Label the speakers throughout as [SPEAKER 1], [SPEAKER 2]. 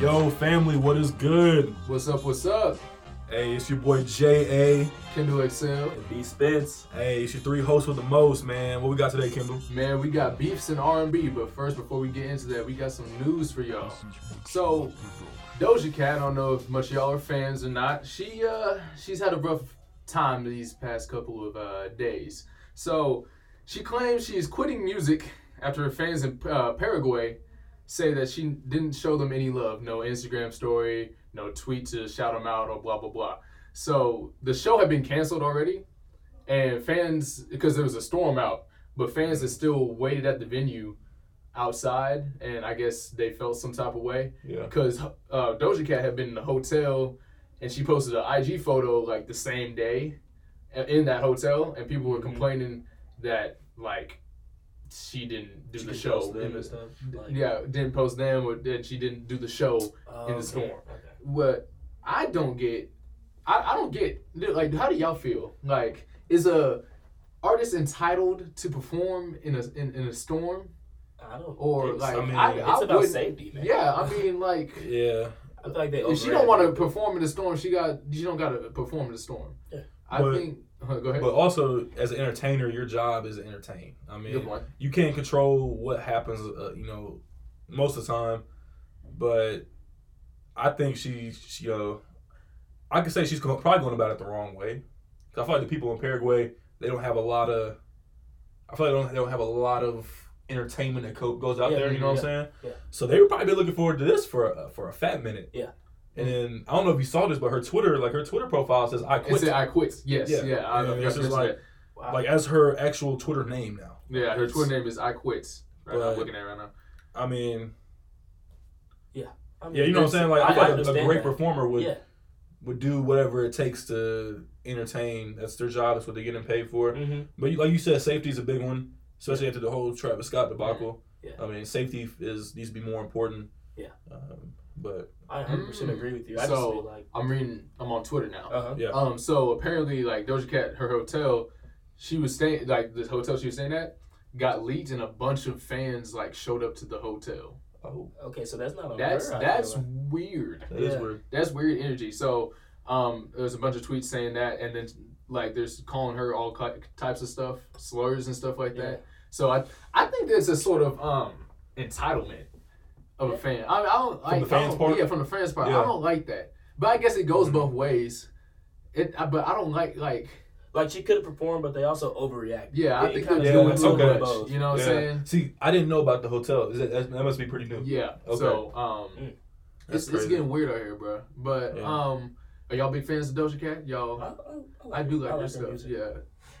[SPEAKER 1] Yo, family, what is good?
[SPEAKER 2] What's up? What's up?
[SPEAKER 1] Hey, it's your boy J.A.
[SPEAKER 2] Kendall Excel.
[SPEAKER 3] and B Spence.
[SPEAKER 1] Hey, it's your three hosts with the most, man. What we got today, Kendall?
[SPEAKER 2] Man, we got beefs in R&B, but first, before we get into that, we got some news for y'all. So, Doja Cat, I don't know if much of y'all are fans or not. She uh, she's had a rough time these past couple of uh, days. So, she claims she's quitting music after her fans in uh, Paraguay say that she didn't show them any love, no Instagram story, no tweet to shout them out, or blah blah blah. So the show had been canceled already, and fans because there was a storm out, but fans had still waited at the venue outside, and I guess they felt some type of way
[SPEAKER 1] Yeah.
[SPEAKER 2] because uh, Doja Cat had been in the hotel, and she posted an IG photo like the same day, uh, in that hotel, and people were
[SPEAKER 3] Mhm.
[SPEAKER 2] complaining that like she didn't do
[SPEAKER 3] She
[SPEAKER 2] the
[SPEAKER 3] can
[SPEAKER 2] show.
[SPEAKER 3] post them
[SPEAKER 2] in the-
[SPEAKER 3] and stuff, like-
[SPEAKER 2] yeah, didn't post them, or that she didn't do the show
[SPEAKER 3] Oh,
[SPEAKER 2] in the
[SPEAKER 3] okay,
[SPEAKER 2] storm.
[SPEAKER 3] okay.
[SPEAKER 2] what I don't get, I, I don't get like how do y'all feel? Like is a artist entitled to perform in a in, in a storm?
[SPEAKER 3] I don't.
[SPEAKER 2] Or,
[SPEAKER 3] think so.
[SPEAKER 2] like,
[SPEAKER 3] I mean,
[SPEAKER 2] I-
[SPEAKER 3] it's
[SPEAKER 2] I
[SPEAKER 3] about
[SPEAKER 2] wouldn't-
[SPEAKER 3] safety, man.
[SPEAKER 2] Yeah, I mean like
[SPEAKER 1] Yeah.
[SPEAKER 3] I feel like they.
[SPEAKER 2] if she
[SPEAKER 3] overrated
[SPEAKER 2] don't want to
[SPEAKER 3] it.
[SPEAKER 2] perform in a storm, she got she don't got to perform in a storm.
[SPEAKER 3] Yeah.
[SPEAKER 2] I
[SPEAKER 1] But-
[SPEAKER 2] think huh, go ahead.
[SPEAKER 1] But also, as an entertainer, your job is to entertain. I
[SPEAKER 2] Good
[SPEAKER 1] mean,
[SPEAKER 2] point.
[SPEAKER 1] you can't control what happens, uh, you know, most of the time. But I think she, she, uh, I could say she's go- probably going about it the wrong way. 'Cause I feel like the people in Paraguay, they don't have a lot of, I feel like they don't, they don't have a lot of entertainment that co- goes out
[SPEAKER 3] Yeah,
[SPEAKER 1] there. You know what
[SPEAKER 3] yeah,
[SPEAKER 1] I'm saying?
[SPEAKER 3] yeah.
[SPEAKER 1] So they would probably been looking forward to this for a, for a fat minute.
[SPEAKER 3] Yeah.
[SPEAKER 1] And then I don't know if you saw this, but her Twitter, like her Twitter profile says, "I
[SPEAKER 2] It
[SPEAKER 1] quit."
[SPEAKER 2] said I quit. Yes,
[SPEAKER 1] Yeah.
[SPEAKER 2] yeah. I,
[SPEAKER 1] Yeah,
[SPEAKER 2] I
[SPEAKER 1] it's
[SPEAKER 2] just
[SPEAKER 1] just
[SPEAKER 2] mentioned
[SPEAKER 1] like-
[SPEAKER 2] that.
[SPEAKER 3] Wow.
[SPEAKER 1] like as her actual Twitter name now.
[SPEAKER 2] yeah, her
[SPEAKER 1] it's-
[SPEAKER 2] Twitter name is I quit. Right now, I'm
[SPEAKER 1] but-
[SPEAKER 2] looking at it right now.
[SPEAKER 1] I mean,
[SPEAKER 3] I mean,
[SPEAKER 1] yeah, you know what I'm
[SPEAKER 3] it's-
[SPEAKER 1] saying. Like, I,
[SPEAKER 3] I,
[SPEAKER 1] feel like a- a
[SPEAKER 3] understand
[SPEAKER 1] great
[SPEAKER 3] that.
[SPEAKER 1] performer would
[SPEAKER 3] Yeah.
[SPEAKER 1] would do whatever it takes to entertain. That's their job. That's what they're getting paid for.
[SPEAKER 3] Mm-hmm.
[SPEAKER 1] But you, like you said, safety is a big one, especially after the whole Travis Scott debacle.
[SPEAKER 3] Yeah.
[SPEAKER 1] I mean, safety is needs to be more important.
[SPEAKER 3] Yeah.
[SPEAKER 1] Um, but
[SPEAKER 3] I 100 percent
[SPEAKER 2] Mm.
[SPEAKER 3] agree with you. I just
[SPEAKER 2] So-
[SPEAKER 3] feel like.
[SPEAKER 2] I'm reading. I'm on Twitter now.
[SPEAKER 3] Uh huh.
[SPEAKER 1] Oh, Yeah.
[SPEAKER 2] Um, so apparently, like Doja Cat, her hotel, she was staying, like the hotel she was staying at, got leaked, and a bunch of fans like showed up to the hotel.
[SPEAKER 1] oh,
[SPEAKER 3] Okay, so that's not on
[SPEAKER 2] That's
[SPEAKER 3] her. I feel
[SPEAKER 2] that's
[SPEAKER 3] like.
[SPEAKER 2] weird.
[SPEAKER 1] that is
[SPEAKER 3] Yeah.
[SPEAKER 1] weird.
[SPEAKER 2] That's weird energy. So, um, there's a bunch of tweets saying that, and then like there's calling her all ki- types of stuff, slurs and stuff like
[SPEAKER 3] Yeah.
[SPEAKER 2] that. So I I think there's a sort of um entitlement of a fan. I, I don't like
[SPEAKER 1] the fans
[SPEAKER 2] I don't-
[SPEAKER 1] part?
[SPEAKER 2] Yeah, from the fans part.
[SPEAKER 1] Yeah.
[SPEAKER 2] I don't like that. But I guess it goes
[SPEAKER 1] Mhm.
[SPEAKER 2] both ways. It, I, but I don't like like.
[SPEAKER 3] Like she could have performed, but they also overreacted.
[SPEAKER 2] Yeah, I
[SPEAKER 3] It
[SPEAKER 2] think
[SPEAKER 3] kinda
[SPEAKER 2] they're
[SPEAKER 1] doing
[SPEAKER 3] went
[SPEAKER 1] too
[SPEAKER 3] a little
[SPEAKER 1] much.
[SPEAKER 3] both.
[SPEAKER 2] You know what
[SPEAKER 1] Yeah.
[SPEAKER 2] I'm saying?
[SPEAKER 1] See, I didn't know about the hotel. Is that, that that must be pretty new.
[SPEAKER 2] Yeah.
[SPEAKER 1] Okay.
[SPEAKER 2] So um,
[SPEAKER 3] Mm.
[SPEAKER 1] That's
[SPEAKER 2] it's, it's
[SPEAKER 1] crazy.
[SPEAKER 2] getting weird out here, bro. But
[SPEAKER 1] Yeah.
[SPEAKER 2] um, are y'all big fans of Doja Cat? Y'all, I,
[SPEAKER 3] I
[SPEAKER 2] do like
[SPEAKER 3] her
[SPEAKER 2] her
[SPEAKER 3] music.
[SPEAKER 2] stuff. Yeah.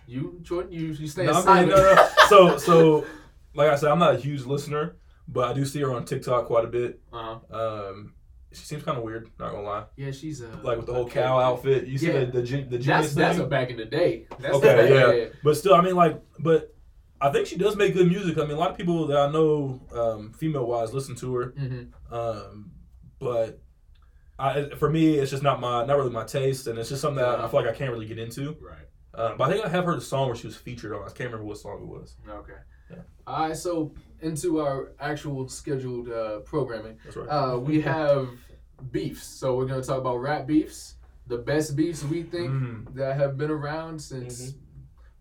[SPEAKER 2] You Jordan, you you staying
[SPEAKER 1] No, I mean,
[SPEAKER 2] silent?
[SPEAKER 1] no, no. so so like I said, I'm not a huge listener, but I do see her on TikTok quite a bit.
[SPEAKER 2] Uh-huh.
[SPEAKER 1] Um, she seems kind of weird, not gonna lie.
[SPEAKER 2] Yeah, she's a
[SPEAKER 1] Like with the whole cow
[SPEAKER 2] a character.
[SPEAKER 1] outfit, you see
[SPEAKER 2] Yeah.
[SPEAKER 1] the the, gen- the
[SPEAKER 2] That's
[SPEAKER 1] genius
[SPEAKER 2] that's a
[SPEAKER 1] thing.
[SPEAKER 2] back in the day.
[SPEAKER 1] Okay,
[SPEAKER 2] That's the back in the
[SPEAKER 1] yeah.
[SPEAKER 2] day.
[SPEAKER 1] but still, I mean, like, but I think she does make good music. I mean, a lot of people that I know, um, female wise, listen to her.
[SPEAKER 2] Mhm.
[SPEAKER 1] Um, but I, for me, it's just not my, not really my taste, and it's just something that I feel like I can't really get into.
[SPEAKER 2] Right.
[SPEAKER 1] Um, but I think I have heard a song where she was featured on. I can't remember what song it was.
[SPEAKER 2] Okay.
[SPEAKER 1] Yeah.
[SPEAKER 2] All right. So into our actual scheduled uh, programming.
[SPEAKER 1] That's right.
[SPEAKER 2] Uh, we have beefs. So we're gonna talk about rap beefs, the best beefs we think
[SPEAKER 1] Mm,
[SPEAKER 2] that have been around since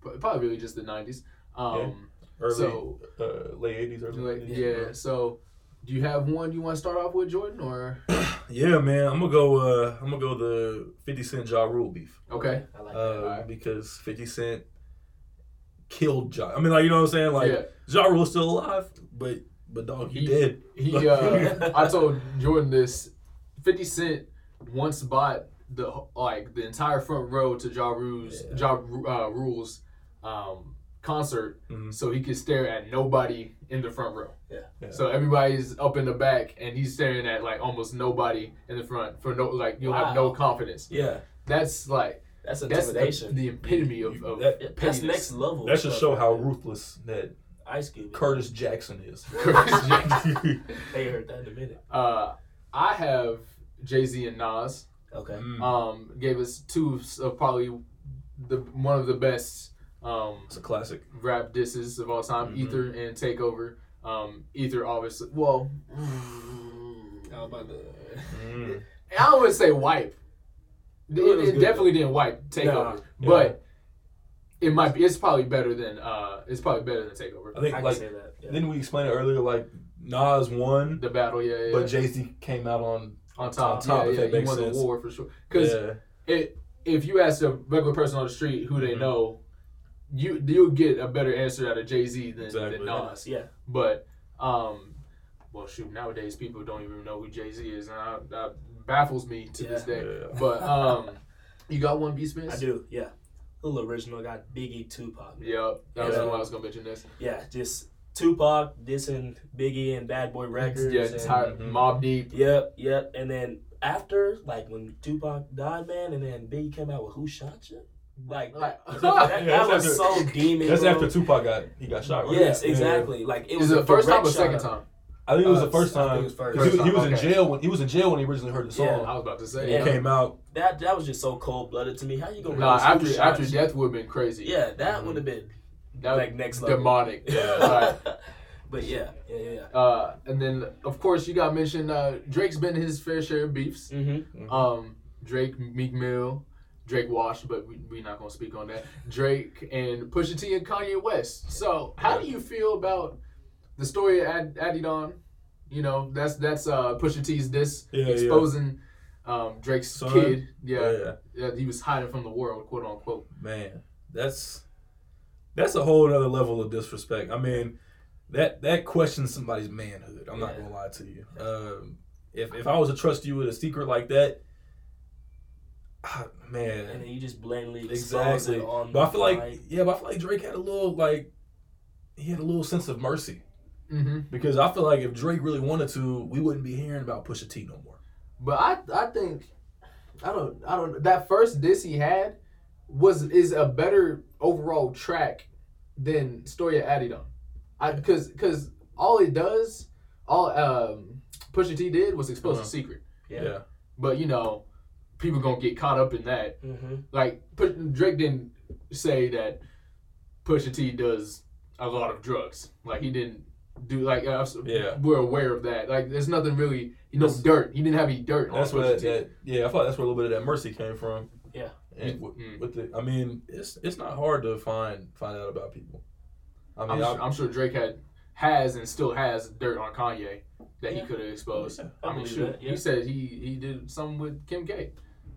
[SPEAKER 2] p- probably really just the nineties. Um,
[SPEAKER 1] early,
[SPEAKER 2] so
[SPEAKER 1] uh, late eighties, early
[SPEAKER 2] like, yeah,
[SPEAKER 1] 80s.
[SPEAKER 2] So do you have one you want to start off with, Jordan, or
[SPEAKER 1] Yeah, man. I'm gonna go. Uh, I'm gonna go the Fifty Cent Ja Rule beef
[SPEAKER 2] okay?
[SPEAKER 3] I like
[SPEAKER 1] uh,
[SPEAKER 3] that.
[SPEAKER 2] Alright.
[SPEAKER 1] because Fifty Cent killed Ja. I mean, like you know what I'm saying. Like
[SPEAKER 2] yeah,
[SPEAKER 1] Ja Rule's still alive, but but dog, he,
[SPEAKER 2] He-
[SPEAKER 1] did.
[SPEAKER 2] he. Uh, I told Jordan this. Fifty Cent once bought the h- like the entire front row to Ja Rule's
[SPEAKER 1] Yeah.
[SPEAKER 2] Ja Ru- uh, Rule's um, concert,
[SPEAKER 1] Mhm.
[SPEAKER 2] so he could stare at nobody in the front row.
[SPEAKER 3] Mm-hmm. Yeah.
[SPEAKER 1] Yeah.
[SPEAKER 2] So everybody's up in the back, and he's staring at like almost nobody in the front for no like you'll have no
[SPEAKER 3] Wow.
[SPEAKER 2] confidence.
[SPEAKER 1] Yeah,
[SPEAKER 2] That's like
[SPEAKER 3] That's
[SPEAKER 2] that's the,
[SPEAKER 3] intimidation.
[SPEAKER 2] the epitome of,
[SPEAKER 1] You-
[SPEAKER 2] of
[SPEAKER 1] that-
[SPEAKER 3] Yeah, that's
[SPEAKER 2] pettiness.
[SPEAKER 3] next level.
[SPEAKER 1] that should
[SPEAKER 3] stuff
[SPEAKER 1] show
[SPEAKER 3] right
[SPEAKER 1] how
[SPEAKER 3] there.
[SPEAKER 1] ruthless that
[SPEAKER 3] Ice Cube.
[SPEAKER 1] Curtis Jackson is.
[SPEAKER 2] Curtis Jackson.
[SPEAKER 3] They heard that in a minute.
[SPEAKER 2] Uh, I have Jay Z and Nas.
[SPEAKER 3] Okay.
[SPEAKER 1] Mm.
[SPEAKER 2] Um, gave us two of probably the one of the best um,
[SPEAKER 1] it's a classic.
[SPEAKER 2] rap disses of all time.
[SPEAKER 1] Mhm.
[SPEAKER 2] Ether and Takeover. Um, Ether obviously. Well,
[SPEAKER 3] I was about to.
[SPEAKER 1] Mm.
[SPEAKER 2] And I wouldn't say wipe. It,
[SPEAKER 3] It was
[SPEAKER 2] it
[SPEAKER 3] good.
[SPEAKER 2] definitely didn't wipe
[SPEAKER 3] Nah,
[SPEAKER 2] takeover,
[SPEAKER 1] yeah.
[SPEAKER 2] but it might be. It's probably better than. Uh, it's probably better than takeover.
[SPEAKER 1] I think
[SPEAKER 3] I can
[SPEAKER 1] like
[SPEAKER 3] say that. Yeah.
[SPEAKER 1] didn't we explain it earlier? Like Nas won,
[SPEAKER 2] The battle, yeah, yeah.
[SPEAKER 1] but
[SPEAKER 2] yeah.
[SPEAKER 1] Jay Z came out on
[SPEAKER 2] on top,
[SPEAKER 1] on top,
[SPEAKER 2] yeah,
[SPEAKER 1] if
[SPEAKER 2] yeah,
[SPEAKER 1] that
[SPEAKER 2] you
[SPEAKER 1] makes
[SPEAKER 2] won
[SPEAKER 1] sense.
[SPEAKER 2] the war for sure. Because
[SPEAKER 1] yeah.
[SPEAKER 2] it, if you ask a regular person on the street who they
[SPEAKER 1] Mhm.
[SPEAKER 2] know, you you'll get a better answer out of Jay Z than,
[SPEAKER 1] Exactly.
[SPEAKER 2] than Nas.
[SPEAKER 3] yeah.
[SPEAKER 2] But um, well, shoot, nowadays people don't even know who Jay Z is, and I, that baffles me to this
[SPEAKER 3] Yeah.
[SPEAKER 2] day.
[SPEAKER 1] Yeah.
[SPEAKER 2] But um, you got one beat Smith.
[SPEAKER 3] I do. Yeah. Little original got Biggie, Tupac.
[SPEAKER 2] Yep, that was
[SPEAKER 1] Yeah.
[SPEAKER 2] the one I was gonna mention next.
[SPEAKER 3] Yeah, just Tupac dissing Biggie and Bad Boy Records.
[SPEAKER 2] Yeah,
[SPEAKER 3] and-
[SPEAKER 2] Ty-
[SPEAKER 1] Mhm.
[SPEAKER 2] Mob Deep.
[SPEAKER 3] Yep, yep. And then after, like when Tupac died, man, and then Biggie came out with Who Shot You? Like that,
[SPEAKER 2] Like-
[SPEAKER 3] that, that was
[SPEAKER 1] That's
[SPEAKER 3] so demon.
[SPEAKER 1] That's
[SPEAKER 3] bro.
[SPEAKER 1] after Tupac got he got shot. Right?
[SPEAKER 3] Yes,
[SPEAKER 1] Yeah.
[SPEAKER 3] exactly. Like it
[SPEAKER 2] It was
[SPEAKER 3] was
[SPEAKER 2] the
[SPEAKER 3] a
[SPEAKER 2] first time
[SPEAKER 3] direct
[SPEAKER 2] or
[SPEAKER 3] shot
[SPEAKER 2] second
[SPEAKER 3] up.
[SPEAKER 2] time?
[SPEAKER 1] I think it was
[SPEAKER 3] Uh,
[SPEAKER 1] the first
[SPEAKER 3] I think it
[SPEAKER 1] time.
[SPEAKER 3] was first.
[SPEAKER 1] 'cause he,
[SPEAKER 2] First
[SPEAKER 1] he
[SPEAKER 2] time,
[SPEAKER 1] was in
[SPEAKER 2] okay.
[SPEAKER 1] jail when he was in jail when he originally heard the song.
[SPEAKER 3] Yeah.
[SPEAKER 2] I was about to say.
[SPEAKER 1] It
[SPEAKER 3] Yeah.
[SPEAKER 1] came out.
[SPEAKER 3] That that was just so cold blooded to me. How you gonna
[SPEAKER 2] Nah,
[SPEAKER 3] release Who
[SPEAKER 2] after
[SPEAKER 3] Shot
[SPEAKER 2] after
[SPEAKER 3] You?
[SPEAKER 2] death would have been crazy.
[SPEAKER 3] Yeah, that
[SPEAKER 1] Mhm.
[SPEAKER 3] would have been
[SPEAKER 2] that
[SPEAKER 3] like next level.
[SPEAKER 2] demonic. Alright.
[SPEAKER 3] but yeah, yeah, yeah. yeah.
[SPEAKER 2] Uh, and then of course you got mentioned. Uh, Drake's been his fair share of beefs.
[SPEAKER 3] Mm-hmm.
[SPEAKER 2] Um, Drake, Meek Mill, Drake Wash, but we we not gonna speak on that. Drake and Pusha T and Kanye West. So how do you feel about the story at Ad- Adidon? You know, that's that's uh Pusha T's diss
[SPEAKER 1] Yeah, yeah.
[SPEAKER 2] exposing um Drake's
[SPEAKER 1] Son.
[SPEAKER 2] kid.
[SPEAKER 1] Yeah.
[SPEAKER 2] Yeah, yeah, he was hiding from the world, quote unquote.
[SPEAKER 1] man, that's that's a whole other level of disrespect. I mean, that that questions somebody's manhood. I'm not
[SPEAKER 3] Yeah.
[SPEAKER 1] gonna lie to you. Um, if if I was to trust you with a secret like that, ah, man,
[SPEAKER 3] And then you just blatantly expose
[SPEAKER 1] Exactly.
[SPEAKER 3] it on.
[SPEAKER 1] But I feel like,
[SPEAKER 3] like,
[SPEAKER 1] yeah, but I feel like Drake had a little like he had a little sense of mercy
[SPEAKER 2] Mm-hmm.
[SPEAKER 1] because I feel like if Drake really wanted to, we wouldn't be hearing about Pusha T no more.
[SPEAKER 2] But I I think I don't I don't that first diss he had was is a better overall track than Story at Adidon. I cause cause all it does, all um Pusha T did was expose
[SPEAKER 1] Uh-huh.
[SPEAKER 2] a secret.
[SPEAKER 3] yeah.
[SPEAKER 2] But you know, people gonna get caught up in that.
[SPEAKER 3] Mm-hmm.
[SPEAKER 2] Like Pu- Drake didn't say that Pusha T does a lot of drugs. Like he didn't do like uh,
[SPEAKER 1] Yeah.
[SPEAKER 2] we're aware of that. Like there's nothing really no
[SPEAKER 1] That's-
[SPEAKER 2] dirt. He didn't have any dirt.
[SPEAKER 1] that's
[SPEAKER 2] on
[SPEAKER 1] where that,
[SPEAKER 2] Pusha T.
[SPEAKER 1] that yeah, I feel like that's where a little bit of that mercy came from.
[SPEAKER 3] Yeah.
[SPEAKER 1] and with,
[SPEAKER 2] Mm.
[SPEAKER 1] with the, I mean, it's it's not hard to find find out about people. I
[SPEAKER 2] I'm,
[SPEAKER 1] mean,
[SPEAKER 2] sure, I'm sure Drake had has and still has dirt on Kanye that he
[SPEAKER 3] Yeah.
[SPEAKER 2] could have exposed.
[SPEAKER 3] I
[SPEAKER 2] I mean,
[SPEAKER 3] believe
[SPEAKER 2] shoot,
[SPEAKER 3] that, yeah.
[SPEAKER 2] he said he he did something with Kim K,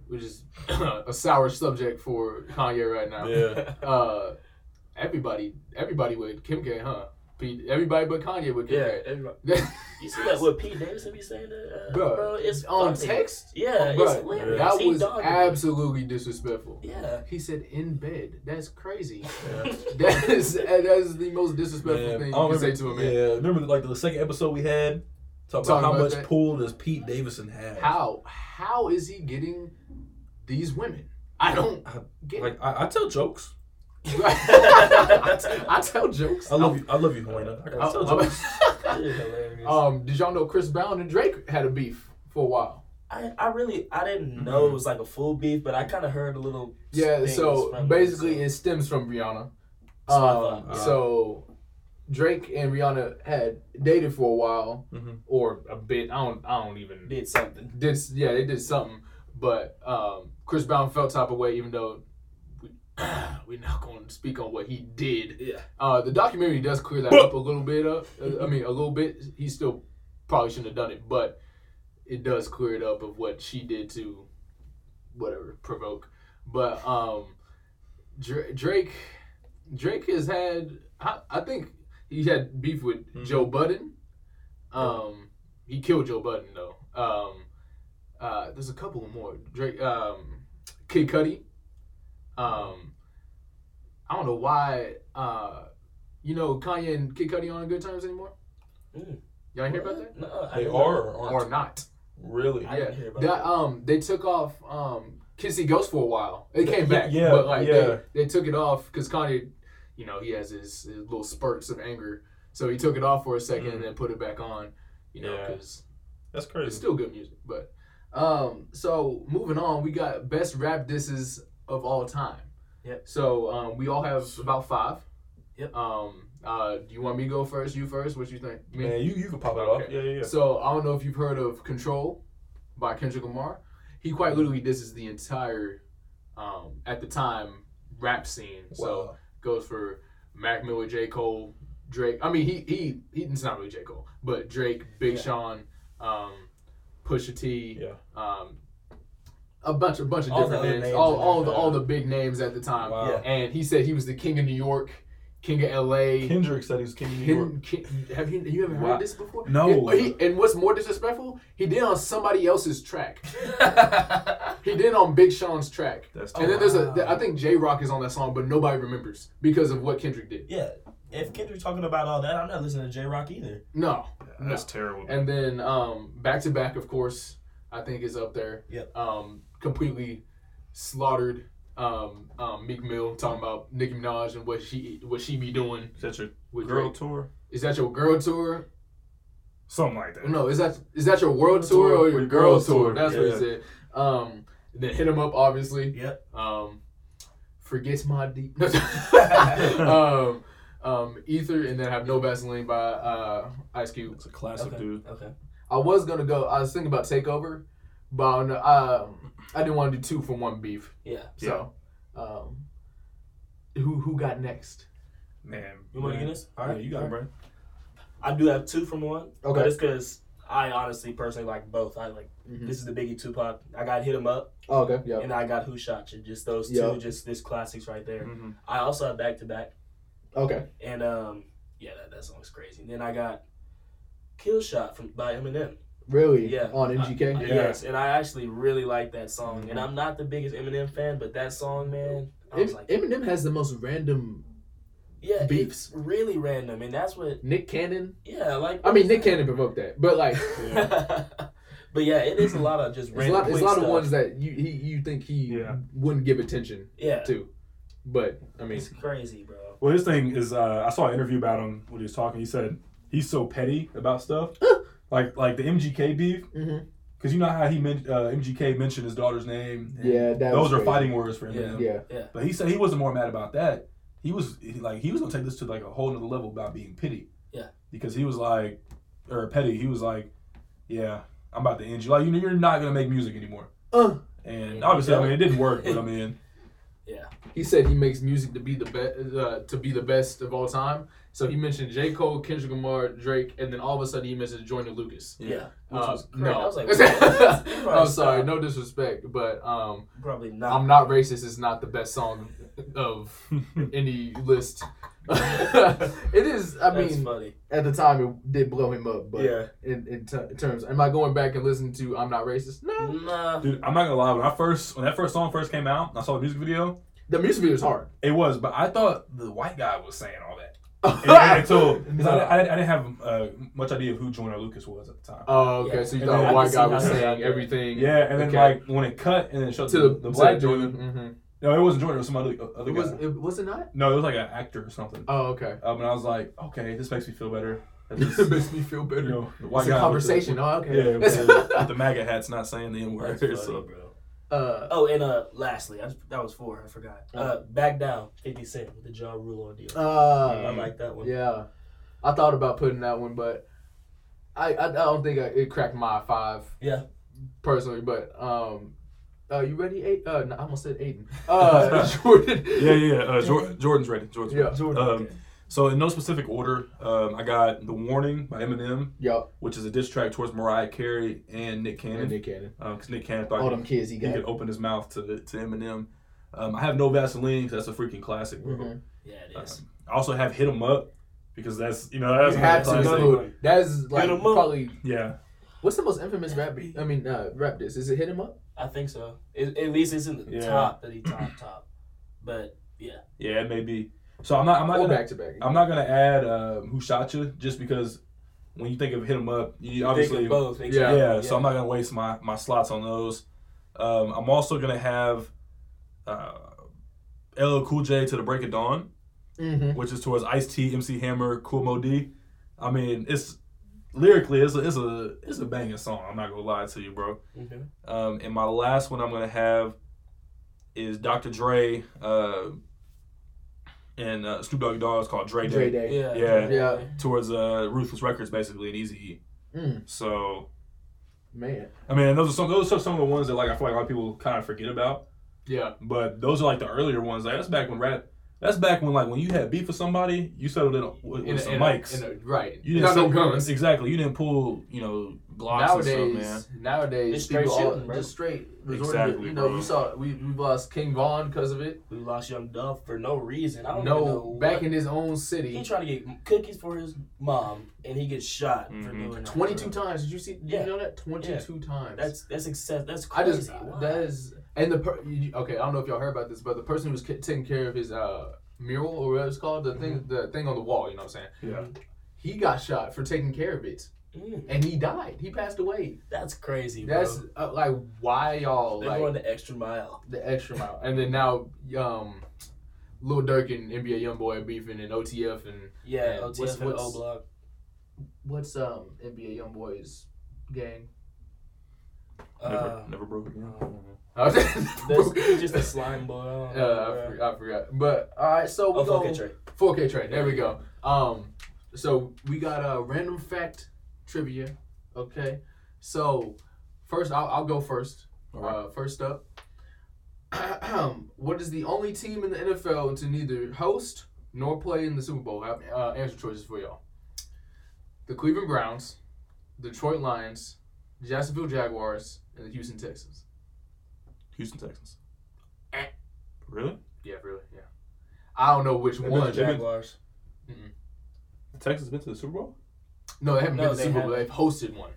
[SPEAKER 2] which is a sour subject for Kanye right now.
[SPEAKER 1] yeah,
[SPEAKER 2] Uh, everybody, everybody with Kim K, huh? Pete, everybody but Kanye with Kim
[SPEAKER 3] yeah.
[SPEAKER 2] K.
[SPEAKER 3] everybody- You see that what Pete Davidson be saying that, uh,
[SPEAKER 2] Bruh,
[SPEAKER 3] bro, It's
[SPEAKER 2] on
[SPEAKER 3] funny.
[SPEAKER 2] text,
[SPEAKER 3] Yeah,
[SPEAKER 2] Bruh,
[SPEAKER 3] it's hilarious.
[SPEAKER 2] that
[SPEAKER 3] He
[SPEAKER 2] was
[SPEAKER 3] dogging
[SPEAKER 2] absolutely disrespectful.
[SPEAKER 3] me. Yeah.
[SPEAKER 2] He said in bed. That's crazy.
[SPEAKER 1] yeah.
[SPEAKER 2] that is that is the most disrespectful
[SPEAKER 1] Man,
[SPEAKER 2] thing
[SPEAKER 1] I
[SPEAKER 2] you
[SPEAKER 1] don't
[SPEAKER 2] can say
[SPEAKER 1] remember-
[SPEAKER 2] to a man.
[SPEAKER 1] Yeah, remember like the second episode we had talking about
[SPEAKER 2] Talking
[SPEAKER 1] how
[SPEAKER 2] about
[SPEAKER 1] much
[SPEAKER 2] that.
[SPEAKER 1] pull does Pete Davidson have?
[SPEAKER 2] How how is he getting these women? I don't get it.
[SPEAKER 1] Uh, Like I, I tell jokes.
[SPEAKER 2] I, t- I tell jokes.
[SPEAKER 1] I love you. I love you, Helena. I, I tell
[SPEAKER 2] Oh,
[SPEAKER 1] jokes.
[SPEAKER 3] That is hilarious.
[SPEAKER 2] um, did y'all know Chris Brown and Drake had a beef for a while?
[SPEAKER 3] I, I really I didn't know it was like a full beef, but I kind of heard a little.
[SPEAKER 2] mm-hmm. Yeah,
[SPEAKER 3] things
[SPEAKER 2] so
[SPEAKER 3] from
[SPEAKER 2] basically
[SPEAKER 3] it,
[SPEAKER 2] it stems from Rihanna.
[SPEAKER 3] So I
[SPEAKER 2] Um,
[SPEAKER 1] thought.
[SPEAKER 2] so Drake and Rihanna had dated for a while
[SPEAKER 1] Mhm.
[SPEAKER 2] or a bit. I don't I don't
[SPEAKER 3] so
[SPEAKER 2] even
[SPEAKER 3] did something.
[SPEAKER 2] did yeah they did something, but um, Chris Brown felt type of way even though we we're not going to speak on what he did.
[SPEAKER 3] Yeah.
[SPEAKER 2] Uh, the documentary does clear that up a little bit up. Uh, I mean, a little bit. He still probably shouldn't have done it, but it does clear it up of what she did to whatever provoke. But um, Dra- Drake, Drake has had. I, I think he had beef with
[SPEAKER 1] Mhm.
[SPEAKER 2] Joe Budden. Um, he killed Joe Budden though. Um, uh, there's a couple more. Drake, um, Kid Cudi. Um, I don't know why. Uh, you know Kanye and Kid Cudi aren't on good terms anymore.
[SPEAKER 3] Mm.
[SPEAKER 2] Y'all hear about that?
[SPEAKER 3] No, I
[SPEAKER 1] They
[SPEAKER 3] didn't
[SPEAKER 1] are
[SPEAKER 3] know.
[SPEAKER 1] or aren't
[SPEAKER 2] Or not?
[SPEAKER 1] really.
[SPEAKER 3] I
[SPEAKER 2] Yeah.
[SPEAKER 3] didn't hear about
[SPEAKER 2] That,
[SPEAKER 3] that.
[SPEAKER 2] um, they took off um Kissy Ghost for a while. It
[SPEAKER 1] Yeah,
[SPEAKER 2] came back,
[SPEAKER 1] yeah,
[SPEAKER 2] but like
[SPEAKER 1] yeah.
[SPEAKER 2] they, they took it off because Kanye, you know, he has his, his little spurts of anger, so he took it off for a 2nd
[SPEAKER 1] Mhm.
[SPEAKER 2] and then put it back on. You know,
[SPEAKER 1] Yeah.
[SPEAKER 2] because
[SPEAKER 1] That's
[SPEAKER 2] it's
[SPEAKER 1] crazy.
[SPEAKER 2] still good music. But um, so moving on, we got best rap disses of all time.
[SPEAKER 3] Yep.
[SPEAKER 2] So um, we all have about five.
[SPEAKER 3] Yep.
[SPEAKER 2] Um, uh, do you want me to go first? You first? What you think? Me?
[SPEAKER 1] Man, you, you can pop it
[SPEAKER 2] Okay.
[SPEAKER 1] off. Yeah, yeah, yeah.
[SPEAKER 2] So I don't know if you've heard of Control by Kendrick Lamar. He quite literally disses the entire, um, at the time, rap scene. So
[SPEAKER 1] Wow.
[SPEAKER 2] goes for Mac Miller, J. Cole, Drake. I mean, he he, he it's not really J. Cole, but Drake, Big
[SPEAKER 3] Yeah.
[SPEAKER 2] Sean, um, Pusha T,
[SPEAKER 1] Yeah.
[SPEAKER 2] um, a bunch a bunch of
[SPEAKER 3] All the
[SPEAKER 2] different
[SPEAKER 3] other
[SPEAKER 2] names,
[SPEAKER 3] names
[SPEAKER 2] all
[SPEAKER 3] in
[SPEAKER 2] all
[SPEAKER 3] there,
[SPEAKER 2] the all the big names at the time.
[SPEAKER 1] Wow.
[SPEAKER 3] Yeah.
[SPEAKER 2] And he said he was the king of New York, king of L.A.
[SPEAKER 1] Kendrick said he was king of New York.
[SPEAKER 2] Ken, Ken, have you you ever heard
[SPEAKER 1] Wow.
[SPEAKER 2] this before?
[SPEAKER 1] No.
[SPEAKER 2] And, he- and what's more disrespectful, he did it on somebody else's track. He did it on Big Sean's track.
[SPEAKER 1] That's
[SPEAKER 2] and then
[SPEAKER 1] terrible.
[SPEAKER 2] there's a,
[SPEAKER 3] wow.
[SPEAKER 2] th- I think J Rock is on that song, but nobody remembers because of what Kendrick did.
[SPEAKER 3] yeah. If Kendrick's talking about all that, I'm not listening to J Rock either.
[SPEAKER 2] No.
[SPEAKER 1] That's terrible.
[SPEAKER 2] And then um, back to back, of course, I think is up there.
[SPEAKER 3] Yep.
[SPEAKER 2] Um, completely slaughtered um, um, Meek Mill talking about Nicki Minaj and what she what she be doing
[SPEAKER 1] Is that your
[SPEAKER 2] with
[SPEAKER 1] girl
[SPEAKER 2] Drake.
[SPEAKER 1] tour?
[SPEAKER 2] Is that your girl tour?
[SPEAKER 1] Something like that.
[SPEAKER 2] No, is that is that your world
[SPEAKER 1] World
[SPEAKER 2] tour
[SPEAKER 1] tour
[SPEAKER 2] or your
[SPEAKER 1] or
[SPEAKER 2] girl
[SPEAKER 1] world tour,
[SPEAKER 2] tour? That's what
[SPEAKER 1] yeah.
[SPEAKER 2] he said. Um, then hit him up, obviously.
[SPEAKER 3] Yep.
[SPEAKER 2] Um, forgets my deep. No, um, um, Ether, and then have no Vaseline by uh, Ice Cube.
[SPEAKER 1] It's a classic
[SPEAKER 3] okay.
[SPEAKER 1] dude.
[SPEAKER 3] Okay.
[SPEAKER 2] I was gonna go. I was thinking about Takeover, but I, don't know, um, I didn't want to do two for one beef.
[SPEAKER 3] Yeah.
[SPEAKER 2] So, um, who who got next?
[SPEAKER 1] Man.
[SPEAKER 3] You want to
[SPEAKER 1] man.
[SPEAKER 3] get this? All
[SPEAKER 1] Yeah,
[SPEAKER 3] right.
[SPEAKER 1] you got it, bro.
[SPEAKER 3] I do have two from one.
[SPEAKER 2] Okay.
[SPEAKER 3] But it's because I honestly personally like both. I like
[SPEAKER 2] Mhm.
[SPEAKER 3] this is the Biggie Tupac. I got hit him up
[SPEAKER 2] Oh, okay. Yeah.
[SPEAKER 3] and I got Who Shot You. Just those
[SPEAKER 2] Yeah.
[SPEAKER 3] two, just this classics right there.
[SPEAKER 1] Mhm.
[SPEAKER 3] I also have back to back
[SPEAKER 2] Okay.
[SPEAKER 3] and um yeah that, that song's crazy. And then I got Kill Shot from by Eminem.
[SPEAKER 2] Really?
[SPEAKER 3] Yeah.
[SPEAKER 2] On MGK.
[SPEAKER 1] Yeah.
[SPEAKER 3] Yes, and I actually really like that song. And
[SPEAKER 1] Mhm.
[SPEAKER 3] I'm not the biggest Eminem fan, but that song, man, I was
[SPEAKER 2] Em-
[SPEAKER 3] like,
[SPEAKER 2] Eminem has the most random
[SPEAKER 3] yeah,
[SPEAKER 2] beefs.
[SPEAKER 3] it's really random, and that's what,
[SPEAKER 2] Nick Cannon.
[SPEAKER 3] yeah, like.
[SPEAKER 2] I mean, Nick Cannon provoked that, but like, it's
[SPEAKER 3] but yeah, it is a lot of just
[SPEAKER 2] a
[SPEAKER 3] random.
[SPEAKER 2] lot, it's a
[SPEAKER 3] quick
[SPEAKER 2] lot of
[SPEAKER 3] stuff.
[SPEAKER 2] ones that you he, you think he
[SPEAKER 1] Yeah.
[SPEAKER 2] wouldn't give attention
[SPEAKER 3] Yeah,
[SPEAKER 2] to, but I mean,
[SPEAKER 3] it's crazy, bro.
[SPEAKER 1] Well, his thing is, uh, I saw an interview about him when he was talking. He said he's so petty about stuff, like like the MGK beef,
[SPEAKER 3] Mm-hmm.
[SPEAKER 2] Mhm.
[SPEAKER 1] because you know how he men- uh, MGK mentioned his daughter's name. and
[SPEAKER 2] Yeah, that was
[SPEAKER 1] those are
[SPEAKER 2] crazy.
[SPEAKER 1] fighting words for him.
[SPEAKER 3] Yeah.
[SPEAKER 2] yeah,
[SPEAKER 1] But he said he wasn't more mad about that. He was he- like he was gonna take this to like a whole nother level about being petty.
[SPEAKER 3] Yeah.
[SPEAKER 1] Because he was like, or petty. He was like, yeah, I'm about to end you. Like you know, you're not gonna make music anymore.
[SPEAKER 2] Uh.
[SPEAKER 1] And obviously, I mean, it didn't work. But I mean,
[SPEAKER 2] he said he makes music to be the best uh, to be the best of all time. So he mentioned J. Cole, Kendrick Lamar, Drake, and then all of a sudden he mentioned Joyner Lucas.
[SPEAKER 3] Yeah,
[SPEAKER 1] Which
[SPEAKER 2] Uh,
[SPEAKER 1] was
[SPEAKER 2] no,
[SPEAKER 3] crazy. I was like, what?
[SPEAKER 2] I'm sorry, no disrespect, but um,
[SPEAKER 3] probably not.
[SPEAKER 2] I'm not racist is not the best song of any list. it is. I
[SPEAKER 3] That's
[SPEAKER 2] mean,
[SPEAKER 3] funny.
[SPEAKER 2] at the time it did blow him up, but
[SPEAKER 1] yeah.
[SPEAKER 2] in, in, ter- in terms, am I going back and listening to "I'm Not Racist"?
[SPEAKER 1] Mm-hmm.
[SPEAKER 2] No,
[SPEAKER 3] Nah,
[SPEAKER 1] Dude, I'm not gonna lie. When I first, when that first song first came out, and I saw the music video.
[SPEAKER 2] the music video is hard.
[SPEAKER 1] It was, but I thought the white guy was saying all that. And, and so 'cause I, didn't- I, didn't- I didn't have uh, much idea of who Joyner Lucas was at the time.
[SPEAKER 2] oh, okay.
[SPEAKER 3] Yeah.
[SPEAKER 2] So you
[SPEAKER 1] And
[SPEAKER 2] thought
[SPEAKER 1] then
[SPEAKER 2] a
[SPEAKER 1] I
[SPEAKER 2] white
[SPEAKER 1] can
[SPEAKER 2] guy
[SPEAKER 1] see
[SPEAKER 2] was
[SPEAKER 1] how
[SPEAKER 3] they
[SPEAKER 2] saying
[SPEAKER 3] got
[SPEAKER 2] everything
[SPEAKER 1] yeah, and then
[SPEAKER 2] okay.
[SPEAKER 1] like when it cut and then it showed
[SPEAKER 2] to
[SPEAKER 1] the,
[SPEAKER 2] the,
[SPEAKER 1] the black Joyner.
[SPEAKER 2] dude. Mhm.
[SPEAKER 1] No, it wasn't Joyner. It was some other uh, other
[SPEAKER 2] It
[SPEAKER 1] guy.
[SPEAKER 2] was. It was it not?
[SPEAKER 1] No, it was like an actor or something.
[SPEAKER 2] Oh, okay.
[SPEAKER 1] Um, and I was like, okay, this makes me feel better. At least,
[SPEAKER 2] it makes me feel
[SPEAKER 1] you
[SPEAKER 2] better.
[SPEAKER 1] know, the white
[SPEAKER 2] it's a
[SPEAKER 1] guy with the-
[SPEAKER 2] conversation. oh, okay.
[SPEAKER 1] yeah, with the, with the MAGA hats not saying the N word.
[SPEAKER 3] that's funny,
[SPEAKER 1] So.
[SPEAKER 3] bro.
[SPEAKER 2] uh,
[SPEAKER 3] Oh, and uh, lastly, I was, that was four. I forgot.
[SPEAKER 2] Oh.
[SPEAKER 3] Uh, back down, Fifty Cent with the jaw rule on deal. I
[SPEAKER 2] uh,
[SPEAKER 3] like that one.
[SPEAKER 2] yeah. I thought about putting that one, but I I, I don't think I, it cracked my five.
[SPEAKER 3] Yeah.
[SPEAKER 2] personally, but um, uh, you ready? Eight? Uh, no, I almost said Aiden. Uh, Jordan.
[SPEAKER 1] Yeah, yeah, yeah. Uh, Jor- Jordan's ready. Jordan's
[SPEAKER 2] Yeah.
[SPEAKER 1] ready.
[SPEAKER 3] Jordan.
[SPEAKER 1] Um, So in no specific order, um, I got "The Warning" by Eminem,
[SPEAKER 2] Yup.
[SPEAKER 1] which is a diss track towards Mariah Carey and Nick
[SPEAKER 2] And
[SPEAKER 1] Cannon,
[SPEAKER 2] Nick Oh, Cannon.
[SPEAKER 1] because Nick Cannon
[SPEAKER 2] All
[SPEAKER 1] thought
[SPEAKER 2] them kids he
[SPEAKER 1] he, he
[SPEAKER 2] got.
[SPEAKER 1] could open his mouth to to Eminem. Um, I have no Vaseline 'cause that's a freaking classic. bro.
[SPEAKER 2] Mhm.
[SPEAKER 3] yeah, it
[SPEAKER 1] Um,
[SPEAKER 3] is.
[SPEAKER 1] I also have "Hit 'Em Up" because that's you know that's
[SPEAKER 2] You
[SPEAKER 1] another
[SPEAKER 2] have to
[SPEAKER 1] classic.
[SPEAKER 2] include. That is like
[SPEAKER 3] Hit 'em up.
[SPEAKER 2] probably
[SPEAKER 1] Yeah,
[SPEAKER 2] what's the most infamous rap beat? I mean, uh, rap this is it? Hit him up.
[SPEAKER 3] I think so. It, at least it's in the
[SPEAKER 1] Yeah.
[SPEAKER 3] top that he top top. But
[SPEAKER 1] yeah, it may be. So I'm not. I'm not
[SPEAKER 2] Or
[SPEAKER 1] gonna.
[SPEAKER 2] back to back.
[SPEAKER 1] I'm not gonna add um, who shot you just because when you think of hit 'em up, you
[SPEAKER 3] think
[SPEAKER 1] obviously
[SPEAKER 3] of both.
[SPEAKER 1] yeah,
[SPEAKER 3] exactly,
[SPEAKER 1] So I'm not gonna waste my my slots on those. Um, I'm also gonna have uh, LL Cool J to the Break of Dawn,
[SPEAKER 2] Mm-hmm.
[SPEAKER 1] which is towards Ice T, MC Hammer, Cool Mo D. I mean, it's lyrically it's a, it's a it's a banging song. I'm not gonna lie to you, bro.
[SPEAKER 3] Mhm.
[SPEAKER 1] Um, and my last one I'm gonna have is Dr. Dre, uh, and uh, Snoop Doggy Dogg is called Dre Day.
[SPEAKER 4] Dre Day.
[SPEAKER 3] Yeah.
[SPEAKER 1] Yeah.
[SPEAKER 2] Yeah.
[SPEAKER 1] towards uh, Ruthless Records, basically, and Easy.
[SPEAKER 4] Mm,
[SPEAKER 1] So
[SPEAKER 4] man,
[SPEAKER 1] I mean, those are some those are some of the ones that like I feel like a lot of people kind of forget about.
[SPEAKER 2] Yeah.
[SPEAKER 1] But those are like the earlier ones. Like that's back when rap. That's back when like when you had beef with somebody, you settled in with,
[SPEAKER 2] In
[SPEAKER 1] with
[SPEAKER 2] a-
[SPEAKER 1] some
[SPEAKER 2] in a-
[SPEAKER 1] mics.
[SPEAKER 2] in a- right.
[SPEAKER 1] you didn't
[SPEAKER 2] Not no
[SPEAKER 1] settle-
[SPEAKER 2] guns.
[SPEAKER 1] Exactly. You didn't pull you know blocks and stuff, man.
[SPEAKER 2] Nowadays,
[SPEAKER 4] it's
[SPEAKER 2] nowadays,
[SPEAKER 4] straight
[SPEAKER 2] people all,
[SPEAKER 4] shooting, bro.
[SPEAKER 2] just straight resorting
[SPEAKER 1] Exactly,
[SPEAKER 2] to, you know,
[SPEAKER 1] bro.
[SPEAKER 2] you saw we we lost King Vaughn because of it.
[SPEAKER 3] We lost Young Duff for no reason. I don't even know.
[SPEAKER 2] No,
[SPEAKER 3] what-
[SPEAKER 2] back in his own city,
[SPEAKER 3] He trying to get cookies for his mom, and he gets shot
[SPEAKER 2] Mm-hmm.
[SPEAKER 3] for
[SPEAKER 1] Mhm.
[SPEAKER 3] doing that.
[SPEAKER 2] twenty two
[SPEAKER 3] bro.
[SPEAKER 2] times. Did you see? Did
[SPEAKER 3] Yeah.
[SPEAKER 2] you know that twenty two times?
[SPEAKER 3] That's that's excess. That's
[SPEAKER 2] I
[SPEAKER 3] crazy.
[SPEAKER 2] just that is and the per, you- okay. I don't know if y'all heard about this, but the person who was ca- taking care of his uh mural or whatever it's called, the thing,
[SPEAKER 3] Mm-hmm.
[SPEAKER 2] the thing on the wall. You know what I'm saying?
[SPEAKER 1] Yeah.
[SPEAKER 2] He got shot for taking care of it,
[SPEAKER 3] Mm,
[SPEAKER 2] and he died. He passed away.
[SPEAKER 3] that's crazy. Bro.
[SPEAKER 2] That's uh, like why y'all
[SPEAKER 3] they're
[SPEAKER 2] like
[SPEAKER 3] going the extra mile.
[SPEAKER 2] the extra mile. And then now, um, Lil Durk and NBA YoungBoy are beefing and OTF and
[SPEAKER 3] Yeah,
[SPEAKER 2] Yeah,
[SPEAKER 3] OTF
[SPEAKER 2] what's-
[SPEAKER 3] and
[SPEAKER 2] what's-
[SPEAKER 3] O Block.
[SPEAKER 2] what's um NBA YoungBoy's gang?
[SPEAKER 1] Never,
[SPEAKER 3] Uh,
[SPEAKER 1] never broke again.
[SPEAKER 2] uh,
[SPEAKER 3] there's he's just a slime boy. Uh, I don't know,
[SPEAKER 2] I,
[SPEAKER 3] bro.
[SPEAKER 2] forgot, I forgot. But all right, so we
[SPEAKER 3] Oh,
[SPEAKER 2] go
[SPEAKER 3] fuck it, Trey.
[SPEAKER 2] 4K trade. There we go. Um, so we got a random fact trivia. Okay, so first I'll, I'll go first.
[SPEAKER 1] All right.
[SPEAKER 2] Uh, first up, what is the only team in the NFL to neither host nor play in the Super Bowl? I have uh, answer choices for y'all: the Cleveland Browns, Detroit Lions, Jacksonville Jaguars, and the Houston Texans.
[SPEAKER 1] Houston Texans.
[SPEAKER 3] Eh.
[SPEAKER 1] Really?
[SPEAKER 2] Yeah, really, yeah. I don't know which
[SPEAKER 1] They've
[SPEAKER 2] one.
[SPEAKER 1] been-
[SPEAKER 3] Jaguars.
[SPEAKER 1] The Texans been to the Super Bowl?
[SPEAKER 2] No, they haven't
[SPEAKER 3] No,
[SPEAKER 2] been to the
[SPEAKER 3] they
[SPEAKER 2] Super Bowl.
[SPEAKER 3] haven't.
[SPEAKER 2] They've hosted one.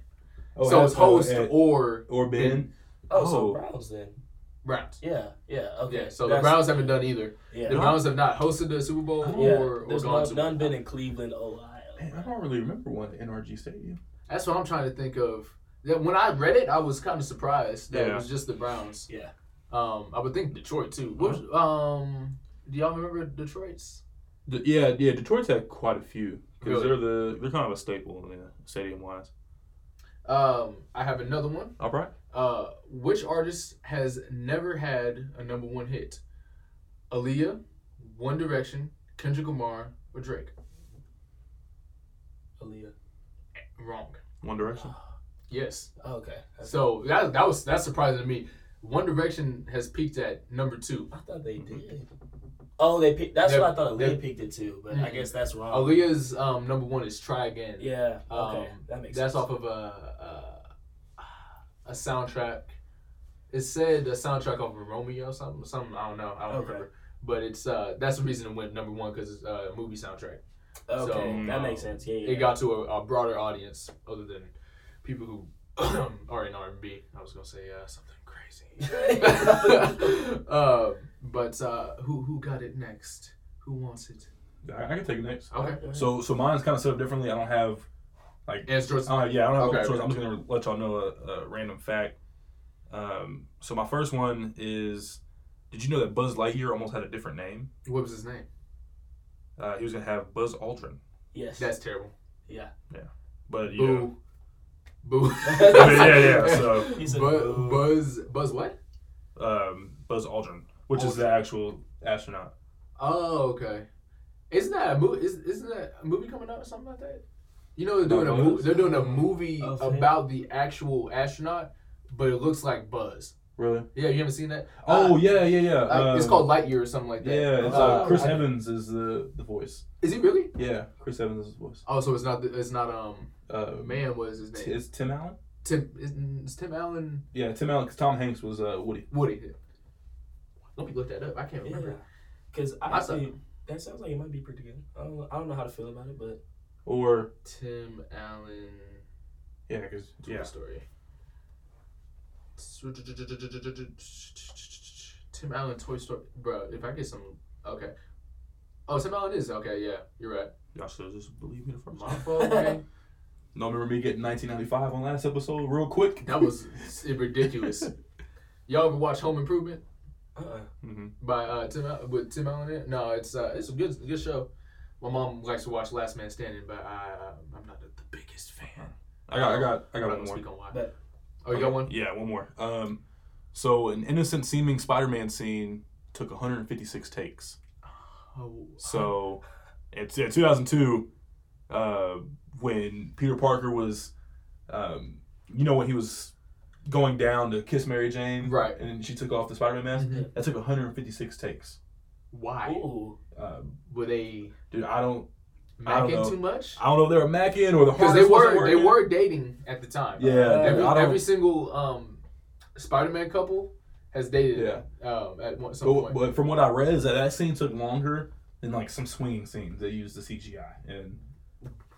[SPEAKER 1] Oh,
[SPEAKER 2] so
[SPEAKER 1] had-
[SPEAKER 2] it's host
[SPEAKER 1] oh, had-
[SPEAKER 2] or
[SPEAKER 1] or Ben.
[SPEAKER 3] Oh, so
[SPEAKER 1] Oh.
[SPEAKER 3] Browns then.
[SPEAKER 2] Browns.
[SPEAKER 3] Yeah, yeah, okay.
[SPEAKER 2] Yeah, so the
[SPEAKER 3] That's-
[SPEAKER 2] Browns haven't done either.
[SPEAKER 3] Yeah,
[SPEAKER 2] The Browns have not hosted the Super Bowl
[SPEAKER 1] Yeah,
[SPEAKER 3] yeah.
[SPEAKER 2] or, or
[SPEAKER 3] there's
[SPEAKER 2] gone
[SPEAKER 3] none,
[SPEAKER 2] to
[SPEAKER 3] none been in Cleveland, Ohio.
[SPEAKER 1] Man, I don't really remember one at NRG Stadium.
[SPEAKER 2] That's what I'm trying to think of. That when I read it, I was kind of surprised that it
[SPEAKER 1] Yeah.
[SPEAKER 2] was just the Browns.
[SPEAKER 3] Yeah. Uh-huh.
[SPEAKER 2] Um, I would think Detroit too. What was- um, do y'all remember Detroit's?
[SPEAKER 1] The, yeah, yeah. Detroit's had quite a few because
[SPEAKER 2] Really?
[SPEAKER 1] they're the they're kind of a staple in the stadium wise.
[SPEAKER 2] Um, I have another one.
[SPEAKER 1] All right.
[SPEAKER 2] Uh, which artist has never had a number one hit? Aaliyah, One Direction, Kendrick Lamar, or Drake?
[SPEAKER 3] Aaliyah.
[SPEAKER 2] Wrong.
[SPEAKER 1] One Direction.
[SPEAKER 2] Yes.
[SPEAKER 3] Okay. That's-
[SPEAKER 2] So that that was that's surprising to me. One Direction has peaked at number two.
[SPEAKER 3] I thought they did. Oh, they picked. That's
[SPEAKER 2] They-
[SPEAKER 3] what I thought. Aaliyah
[SPEAKER 2] they-
[SPEAKER 3] picked it too, but I
[SPEAKER 2] Mhm.
[SPEAKER 3] guess that's wrong.
[SPEAKER 2] Aaliyah's um, number one is "Try Again."
[SPEAKER 3] Yeah. Okay.
[SPEAKER 2] Um,
[SPEAKER 3] that makes
[SPEAKER 2] that's
[SPEAKER 3] sense.
[SPEAKER 2] off of a, a a soundtrack. It said a soundtrack off of Romeo, or something, something I don't know, I don't
[SPEAKER 3] Okay.
[SPEAKER 2] remember. But it's uh, that's the reason it went number one because it's uh, a movie soundtrack.
[SPEAKER 3] Okay,
[SPEAKER 2] so,
[SPEAKER 3] that
[SPEAKER 2] um,
[SPEAKER 3] makes sense. Yeah. yeah.
[SPEAKER 2] It got to a, a broader audience other than people who are in R and B. I was gonna say uh, something crazy. uh, but uh, who who got it next? Who wants it?
[SPEAKER 1] I, I can take it next.
[SPEAKER 2] Okay.
[SPEAKER 1] So so mine's kind of set up differently. I don't have
[SPEAKER 2] Answer choice.
[SPEAKER 1] Uh, yeah, I don't have
[SPEAKER 2] Okay.
[SPEAKER 1] a choice. I'm just gonna let y'all know a, a random fact. Um, so my first one is: Did you know that Buzz Lightyear almost had a different name?
[SPEAKER 2] What was his name?
[SPEAKER 1] Uh, he was gonna have Buzz Aldrin,
[SPEAKER 3] yes.
[SPEAKER 2] That's terrible.
[SPEAKER 1] but you know,
[SPEAKER 2] Boo. Boo.
[SPEAKER 1] I mean, yeah, yeah. So
[SPEAKER 3] He said,
[SPEAKER 2] Bu-
[SPEAKER 3] "Boo."
[SPEAKER 2] Buzz. Buzz what?
[SPEAKER 1] um, Buzz Aldrin, which is the
[SPEAKER 2] Aldrin.
[SPEAKER 1] actual astronaut.
[SPEAKER 2] Oh, okay. Isn't that a movie? Is, isn't that a movie coming out or something like that? You know, they're doing a
[SPEAKER 1] About
[SPEAKER 2] mo-
[SPEAKER 1] Buzz?
[SPEAKER 2] they're doing a movie
[SPEAKER 1] Oh,
[SPEAKER 3] Of him?
[SPEAKER 2] about the actual astronaut, but it looks like Buzz.
[SPEAKER 1] Really?
[SPEAKER 2] Yeah, you haven't seen that?
[SPEAKER 1] Oh
[SPEAKER 2] Uh,
[SPEAKER 1] yeah, yeah, yeah.
[SPEAKER 2] like, it's
[SPEAKER 1] Um,
[SPEAKER 2] called Lightyear or something like that. Oh,
[SPEAKER 1] Yeah, it's,
[SPEAKER 3] uh,
[SPEAKER 1] uh, Chris
[SPEAKER 2] I-
[SPEAKER 1] Evans is the the voice.
[SPEAKER 2] Is he really?
[SPEAKER 1] Yeah, Chris Evans is the voice.
[SPEAKER 2] Oh, so it's not the- it's not um
[SPEAKER 1] Uh,
[SPEAKER 2] man. What is his
[SPEAKER 1] T-
[SPEAKER 2] name?
[SPEAKER 1] is Tim Allen?
[SPEAKER 2] Tim is, is Tim Allen
[SPEAKER 1] Yeah, Tim Allen. 'cause Tom Hanks was uh, Woody.
[SPEAKER 2] Woody. Let me look that up. I can't
[SPEAKER 3] Yeah.
[SPEAKER 2] remember.
[SPEAKER 3] Because I
[SPEAKER 2] I saw-
[SPEAKER 3] actually, that sounds like it might be pretty good. I don't, know- I don't know how to feel about it, but
[SPEAKER 1] Or
[SPEAKER 2] Tim Allen.
[SPEAKER 1] yeah, because
[SPEAKER 2] Toy
[SPEAKER 1] yeah,
[SPEAKER 2] Story. Tim Allen Toy Story, bro. If I get some, okay. Oh, Tim Allen is okay. Yeah, you're right.
[SPEAKER 1] y'all should just believe me the first
[SPEAKER 2] My
[SPEAKER 1] time.
[SPEAKER 2] fault, man.
[SPEAKER 1] No, remember me getting 1995 on last episode, real quick.
[SPEAKER 2] That was s- ridiculous. Y'all ever watch Home Improvement
[SPEAKER 3] uh-uh.
[SPEAKER 1] Mm-hmm.
[SPEAKER 2] by uh, Tim Al- with Tim Allen? In? it? No, it's uh, it's a good good show. My mom likes to watch Last Man Standing, but I uh, I'm not the, the biggest fan.
[SPEAKER 1] I got, I got, I
[SPEAKER 2] I'm
[SPEAKER 1] got
[SPEAKER 2] not
[SPEAKER 1] one
[SPEAKER 2] gonna
[SPEAKER 1] more.
[SPEAKER 2] speak on why.
[SPEAKER 3] But-
[SPEAKER 2] Oh, you got one?
[SPEAKER 1] Yeah, one more. Um, so an innocent seeming Spider-Man scene took 156 takes.
[SPEAKER 2] Oh,
[SPEAKER 1] So, it's yeah, 2002, uh, when Peter Parker was, um, you know, when he was going down to kiss Mary Jane,
[SPEAKER 2] Right.
[SPEAKER 1] And then she took off the Spider-Man mask.
[SPEAKER 3] Mm-hmm.
[SPEAKER 2] Mhm.
[SPEAKER 1] That took 156 takes.
[SPEAKER 2] why
[SPEAKER 3] Ooh.
[SPEAKER 1] Uh,
[SPEAKER 2] were they
[SPEAKER 1] dude, I don't, I don't
[SPEAKER 2] macking
[SPEAKER 1] know.
[SPEAKER 2] too much?
[SPEAKER 1] I don't know if they were macking or the
[SPEAKER 2] Because
[SPEAKER 1] hardest
[SPEAKER 2] they
[SPEAKER 1] wasn't
[SPEAKER 2] were they
[SPEAKER 1] working.
[SPEAKER 2] were dating at the time.
[SPEAKER 1] Yeah,
[SPEAKER 2] every,
[SPEAKER 1] dude, I don't,
[SPEAKER 2] every single um, Spider-Man couple has dated um, at one, some
[SPEAKER 1] but,
[SPEAKER 2] point.
[SPEAKER 1] but from what I read is that that scene took longer than like some swinging scenes. They used the CGI and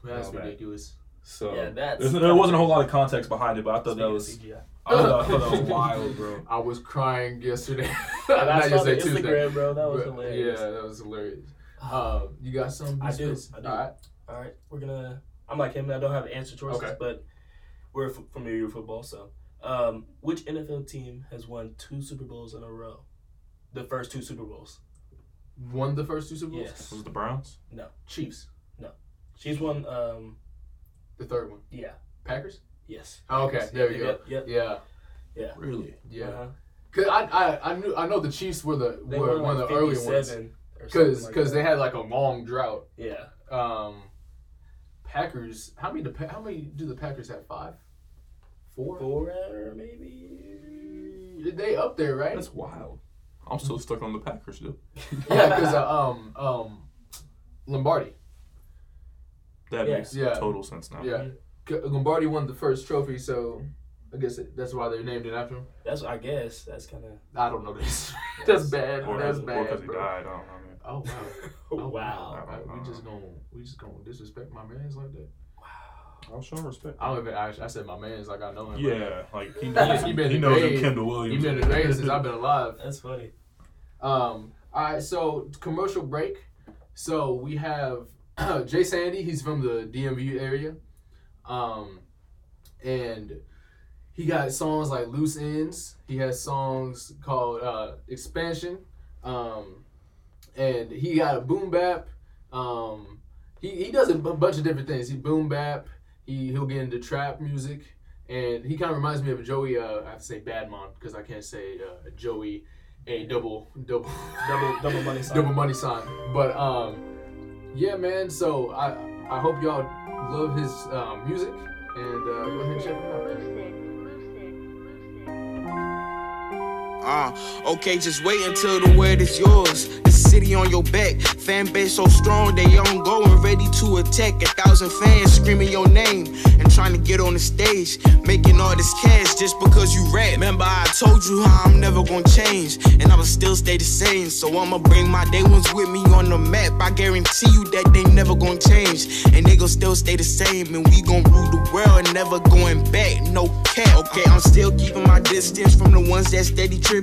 [SPEAKER 2] That's
[SPEAKER 1] Oh, man.
[SPEAKER 2] ridiculous.
[SPEAKER 1] so
[SPEAKER 3] Yeah, that's-
[SPEAKER 1] there's- there wasn't a whole lot of context behind it, but I thought that
[SPEAKER 3] Speaking of
[SPEAKER 1] was
[SPEAKER 3] CGI.
[SPEAKER 1] I thought, I thought that was wild, bro.
[SPEAKER 2] I was crying yesterday.
[SPEAKER 3] And I
[SPEAKER 2] Not
[SPEAKER 3] saw the
[SPEAKER 2] yesterday,
[SPEAKER 3] Instagram,
[SPEAKER 2] Tuesday.
[SPEAKER 3] bro. That was
[SPEAKER 2] But,
[SPEAKER 3] hilarious.
[SPEAKER 2] Yeah, that was hilarious. Uh, you got some?
[SPEAKER 3] I do,
[SPEAKER 2] All
[SPEAKER 3] I do.
[SPEAKER 2] right.
[SPEAKER 3] All right, we're gonna. I'm like him. I don't have answer choices,
[SPEAKER 2] Okay.
[SPEAKER 3] but we're f- familiar with football. So, um, which NFL team has won two Super Bowls in a row? The first two Super Bowls.
[SPEAKER 2] Won the first two Super Bowls.
[SPEAKER 3] Yes.
[SPEAKER 1] Was it the Browns?
[SPEAKER 2] Chiefs.
[SPEAKER 3] She's won. Um,
[SPEAKER 2] The third one.
[SPEAKER 3] yeah.
[SPEAKER 2] Packers.
[SPEAKER 3] Yes.
[SPEAKER 2] Oh, okay. There we go.
[SPEAKER 3] Yep. Yep.
[SPEAKER 2] Yeah.
[SPEAKER 1] Really?
[SPEAKER 2] Yeah.
[SPEAKER 3] Uh-huh.
[SPEAKER 2] Cause I, I I knew I know the Chiefs were the
[SPEAKER 3] They
[SPEAKER 2] were
[SPEAKER 3] won
[SPEAKER 2] one
[SPEAKER 3] like
[SPEAKER 2] of the early ones.
[SPEAKER 3] 57 or something
[SPEAKER 2] Cause
[SPEAKER 3] like
[SPEAKER 2] cause
[SPEAKER 3] that.
[SPEAKER 2] they had like a long drought.
[SPEAKER 3] Yeah.
[SPEAKER 2] Um, Packers. How many? do Pa- How many do the Packers have? Five. Four.
[SPEAKER 3] Four or maybe.
[SPEAKER 2] They up there, right?
[SPEAKER 1] That's wild. I'm still stuck on the Packers, dude.
[SPEAKER 2] yeah, because uh, um um Lombardi.
[SPEAKER 1] That
[SPEAKER 3] Yeah.
[SPEAKER 1] makes
[SPEAKER 2] Yeah.
[SPEAKER 1] total sense now.
[SPEAKER 2] Yeah, C- Lombardi won the first trophy, so I guess it, that's why they named it after him.
[SPEAKER 3] That's I guess that's kind of
[SPEAKER 2] I don't know this. that's bad.
[SPEAKER 1] Or
[SPEAKER 2] that's
[SPEAKER 1] because
[SPEAKER 2] bad,
[SPEAKER 1] he
[SPEAKER 2] bro.
[SPEAKER 1] died. I don't know. Man.
[SPEAKER 2] Oh wow.
[SPEAKER 3] wow.
[SPEAKER 1] I
[SPEAKER 3] wow.
[SPEAKER 1] don't
[SPEAKER 2] Like,
[SPEAKER 1] know.
[SPEAKER 2] we just gonna we just gonna disrespect my man's like that.
[SPEAKER 1] I'll show respect.
[SPEAKER 2] I don't even I, I said my man's like I know him.
[SPEAKER 1] Yeah, like he
[SPEAKER 2] Yeah,
[SPEAKER 1] knows,
[SPEAKER 2] he
[SPEAKER 1] he
[SPEAKER 2] been
[SPEAKER 1] knows
[SPEAKER 2] engaged.
[SPEAKER 1] who Kendall
[SPEAKER 2] but
[SPEAKER 1] Williams.
[SPEAKER 2] Even in the day since I've been alive.
[SPEAKER 3] That's funny.
[SPEAKER 2] Um. All right. So commercial break. So we have Jay Sandy. He's from the DMV area, um, and he got songs like "Loose Ends." He has songs called uh, "Expansion," um, and he got a boom bap. Um, he he does a b- bunch of different things. He boom bap. He he'll get into trap music, and he kind of reminds me of Joey. Uh, I have to say Badmon because I can't say uh, Joey a double double
[SPEAKER 3] Double double money sign.
[SPEAKER 2] double money sign. But um, yeah, man. So I I hope y'all love his um, music and uh, go ahead and check him out, man.
[SPEAKER 4] Uh, okay, just wait until the word is yours. The city on your back, fan base so strong they ongoing, ready to attack. A thousand fans screaming your name and trying to get on the stage, making all this cash just because you rap. Remember, I told you how I'm never gonna change, and I'ma still stay the same. So I'ma bring my day ones with me on the map. I guarantee you that they never gonna change, and they gon' still stay the same, and we gon' rule the world, never going back. No cap. Okay, I'm still keeping my distance from the ones that steady tripping.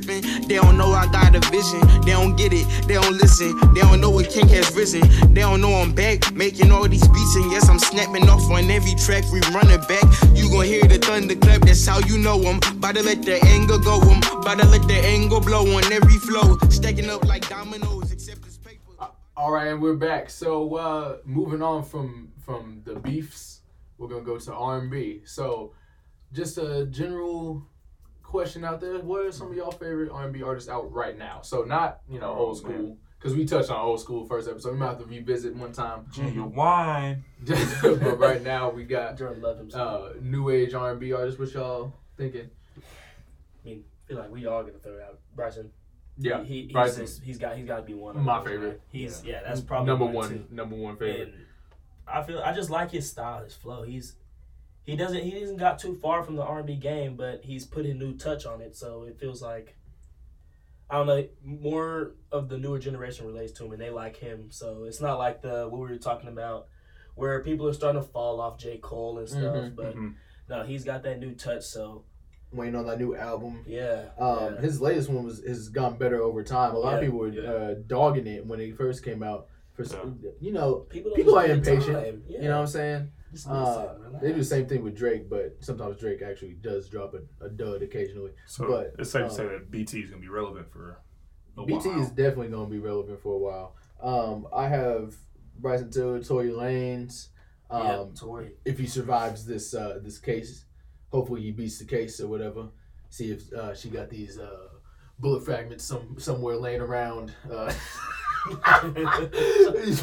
[SPEAKER 4] They don't know I got a vision. They don't get it. They don't listen. They don't know a king has risen. They don't know I'm back, making all these beats. And yes, I'm snapping off on every track. We running back. You gon' hear the thunderclap. That's how you know I'm about to let the anger go. I'm about to let the anger blow on every flow. Stacking up like dominoes, except it's paper.
[SPEAKER 2] All right, and we're back. So uh, moving on from from the beefs, we're gonna go to R and B. So just a general question out there: What are some of y'all favorite R and B artists out right now? So not you know old
[SPEAKER 1] Oh, man.
[SPEAKER 2] school because we touched on old school first episode. We might have to revisit one time.
[SPEAKER 1] wine.
[SPEAKER 2] but right now we got
[SPEAKER 3] Jordan loved himself.
[SPEAKER 2] uh, new age R and B artists. What y'all thinking?
[SPEAKER 3] I mean, I feel like we all gonna throw it out Bryson.
[SPEAKER 2] Yeah,
[SPEAKER 3] he, he's,
[SPEAKER 2] Bryson.
[SPEAKER 3] just- he's got he's got to be one.
[SPEAKER 2] My
[SPEAKER 3] those,
[SPEAKER 2] favorite.
[SPEAKER 3] right? He's yeah, that's probably
[SPEAKER 2] number
[SPEAKER 3] mine,
[SPEAKER 2] one,
[SPEAKER 3] too.
[SPEAKER 2] number one favorite.
[SPEAKER 3] And I feel I just like his style, his flow. He's he doesn't he hasn't got too far from the R and B game, but he's put a new touch on it, so it feels like I don't know more of the newer generation relates to him and they like him. So it's not like the what we were talking about where people are starting to fall off J Cole and stuff,
[SPEAKER 2] Mhm,
[SPEAKER 3] but
[SPEAKER 1] mhm.
[SPEAKER 3] no, he's got that new touch. So
[SPEAKER 2] Waiting on that new album.
[SPEAKER 3] yeah,
[SPEAKER 2] Um, his latest one was has gone better over time. A lot of
[SPEAKER 3] Yeah,
[SPEAKER 2] people were
[SPEAKER 1] yeah.
[SPEAKER 2] uh, dogging it when it first came out. For s- you know,
[SPEAKER 3] people,
[SPEAKER 2] people
[SPEAKER 3] don't
[SPEAKER 2] are
[SPEAKER 3] give it
[SPEAKER 2] impatient,
[SPEAKER 3] time. Yeah.
[SPEAKER 2] you know what I'm saying.
[SPEAKER 3] Just listen,
[SPEAKER 2] Uh, they do the
[SPEAKER 3] relax.
[SPEAKER 2] same thing with Drake, but sometimes Drake actually does drop a, a dud occasionally.
[SPEAKER 1] So
[SPEAKER 2] But,
[SPEAKER 1] it's safe
[SPEAKER 2] um,
[SPEAKER 1] to say that BT is gonna be relevant for. A
[SPEAKER 2] BT
[SPEAKER 1] while.
[SPEAKER 2] is definitely going to be relevant for a while. Um, I have Bryson Tiller, Tory Lanez. Um,
[SPEAKER 3] Yep, Tory.
[SPEAKER 2] if he survives this uh, this case, hopefully he beats the case or whatever. See if uh, she got these uh, bullet fragments some somewhere laying around. Uh, He's